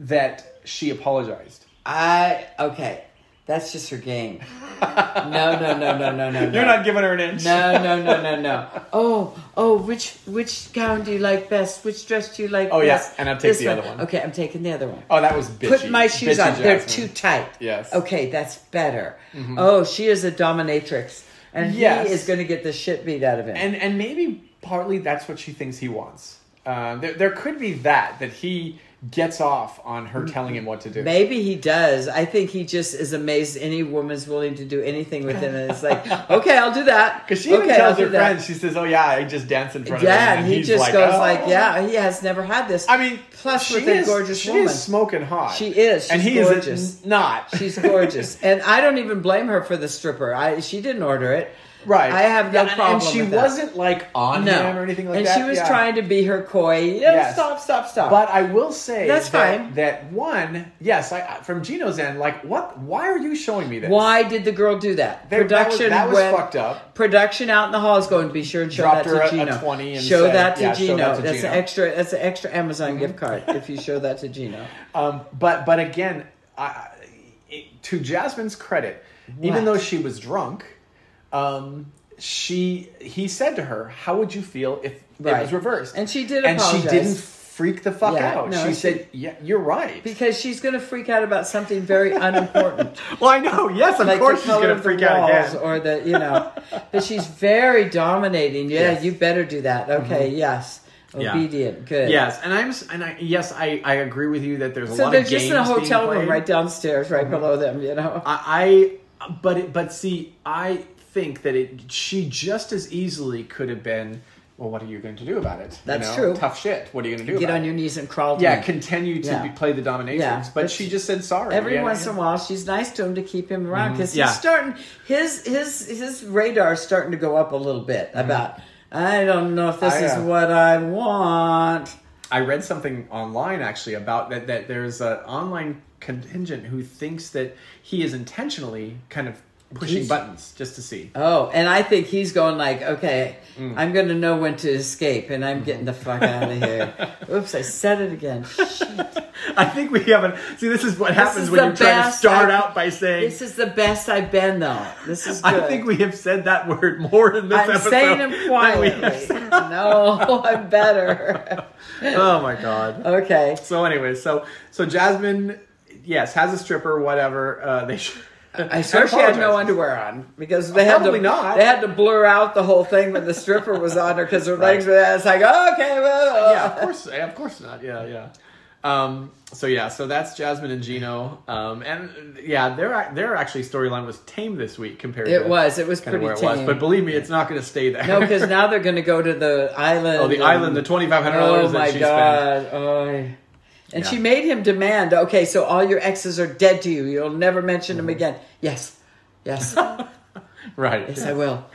that she apologized.
I okay. That's just her game. No, no, no, no, no, no.
You're
no.
not giving her an inch.
No, no, no, no, no. Oh, oh, which which gown do you like best? Which dress do you like
Oh, yeah,
best?
and I'll take
This
the other one.
Okay, I'm taking the other one.
Oh, that was bitchy.
Put my shoes
Bitchy
on. They're
Jasmine.
too tight.
Yes. Mm-hmm.
Okay, that's better. Oh, she is a dominatrix. And
Yes.
he is going to get the shit beat out of him.
and and maybe partly that's what she thinks he wants. Uh, there, there could be that that he gets off on her telling him what to do.
Maybe he does. I think he just is amazed any woman's willing to do anything with him. And it's like, okay, I'll do that.
Because she even
okay,
tells
I'll
her
do that.
friends, she says, "Oh yeah, I just dance in front of
Yeah,
him,"
and he just goes
"Oh."
like, yeah, he has never had this.
I mean,
plus
she
with a
is-
gorgeous
she
woman.
is smoking hot.
She is. She's
and he
gorgeous.
is not.
She's gorgeous, and I don't even blame her for the stripper. I she didn't order it.
right.
I have no
and,
problem
And she
with that.
wasn't like on
No,
him or anything like
and
that.
she was
Yeah.
trying to be her coy. You know,
Yes.
Stop, stop, stop.
But I will say
That's
that,
fine.
that one, yes, I, I- from Gino's end, like, what? Why are you showing me this?
why did the girl do that?
There- that was-
production
that was
went-
fucked up.
Production out in the hall is going to be sure and show
Dropped
that to
her a- a
Gino.
20 and
show
said,
that to
yeah, show
Gino.
that to
that's
Gino.
an extra. That's an extra Amazon gift card if you show that to Gino.
Um, but but again, I- I, it, to Jasmine's credit,
What?
even though she was drunk, um, she he said to her, "How would you feel if it
Right.
was reversed?"
And she did
and
apologize.
she didn't freak the fuck
Yeah,
out.
no,
she,
she-
said, "Yeah, you're right."
Because she's going to freak out about something very unimportant.
well, I know. Yes, of
like
course
the
she's
color
gonna
of the
freak out
walls
again.
or the you know but she's very dominating yeah
Yes. Mm-hmm.
you better do that okay yes
Yeah.
obedient good
Yes, and I'm s- and I yes I I agree with you that there's a
so
lot
they're
of
just
games
in a
being
hotel room
played.
right downstairs right below them you know
Mm-hmm. I, I but it, but see, I think that it she just as easily could have been. Well, what are you going to do about it? You
That's
know,
true.
Tough shit. What are you going to do?
get
about
on
it?
your knees and crawl to
Yeah,
me.
continue to
Yeah.
be, play the dominatrix,
Yeah,
but
but
she
she-
just said sorry
Every
yeah,
once
yeah. Mm-hmm.
in a while, she's nice to him to keep him around because
Yeah.
he's starting his his his radar's starting to go up a little bit about. I don't know if this
Mm-hmm. I,
is
uh,
what I want.
I read something online actually about that. That there's an online contingent who thinks that he is intentionally kind of pushing
Jeez.
buttons just to see.
Oh, and I think he's going like, okay,
Hmm.
I'm going to know when to escape, and I'm getting the fuck out of here. Oops, I said it again. Shit.
I think we haven't. See, this is what happens
is
when
the
you try to
best
start
I-
out by saying.
This is the best I've been though. This is good.
I think we have said that word more in this
I'm
episode.
saying them
than we
quietly.
have
no, I'm better.
oh my god.
okay.
So anyway, so so Jasmine, yes, has a stripper, whatever. Uh, they should.
I swear she had no
apologizes.
underwear on because they had
Uh, Probably
to,
not.
They had to blur out the whole thing when the stripper was on her because her
Right.
legs were. That. It's like okay, well, uh."
Yeah, of course, yeah, of course not. Yeah, yeah. Um, so yeah, so that's Jasmine and Gino, um, and yeah, their their actually storyline was tame this week compared.
It
to
was. It was
kinda
pretty
where it was,
tame.
but believe me, it's not going to stay there.
No, because now they're going to go to the island.
oh, the
and-
island, the twenty five hundred dollars.
Oh my
that she Spent.
god! Oh. And
Yeah.
she made him demand. Okay, so all your exes are dead to you. You'll never mention
Mm-hmm.
them again. Yes, yes, yes,
Right.
I will.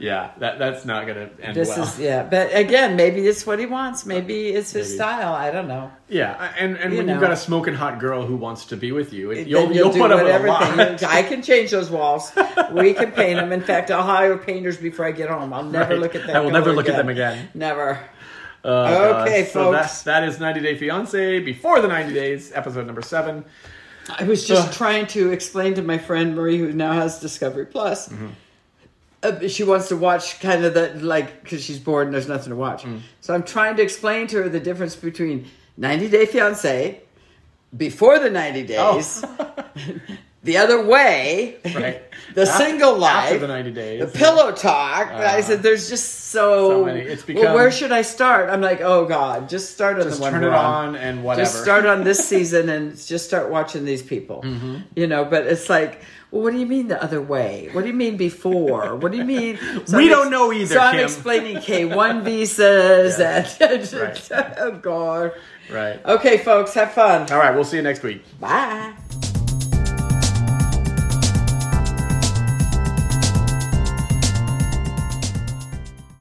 Yeah, that that's not going to end
This
well.
is yeah. But again, maybe it's what he wants. Maybe it's his
Maybe.
style. I don't know.
Yeah, and and
You
when
know.
you've got a smoking hot girl who wants to be with you, it,
Then
you'll, you'll
do
put up with a
whatever
lot.
thing. You- I can change those walls. We can paint them. In fact, I'll hire painters before I get home. I'll never
Right.
look at them.
I will never
color
look at them again.
Never.
Uh,
Okay,
so
folks.
That, that is 90 Day Fiance before the 90 Days, episode number seven.
I was just
Ugh.
trying to explain to my friend Marie, who now has Discovery Plus.
Mm-hmm.
uh, she wants to watch kind of the like because she's bored and there's nothing to watch.
Mm.
So I'm trying to explain to her the difference
Oh.
between 90 Day Fiance, before the 90 days, the other way,
right?
the single life,
After the 90 days. Ah.
the pillow talk. I said, "There's just so,
so many. It's
well,
become-
where should I start?" I'm like, "Oh God, just start on
Just
the one
turn
we're
it on and whatever. Mm-hmm.
Just start on this season and just start watching these people." You know, but it's like, well, what do you mean the other way? What do you mean before? What do you mean? So
We
I'm
don't know either,
So I'm
Kim.
explaining K1 visas and
Right.
oh God.
Right.
Okay, folks, have fun.
All right, we'll see you next week.
Bye.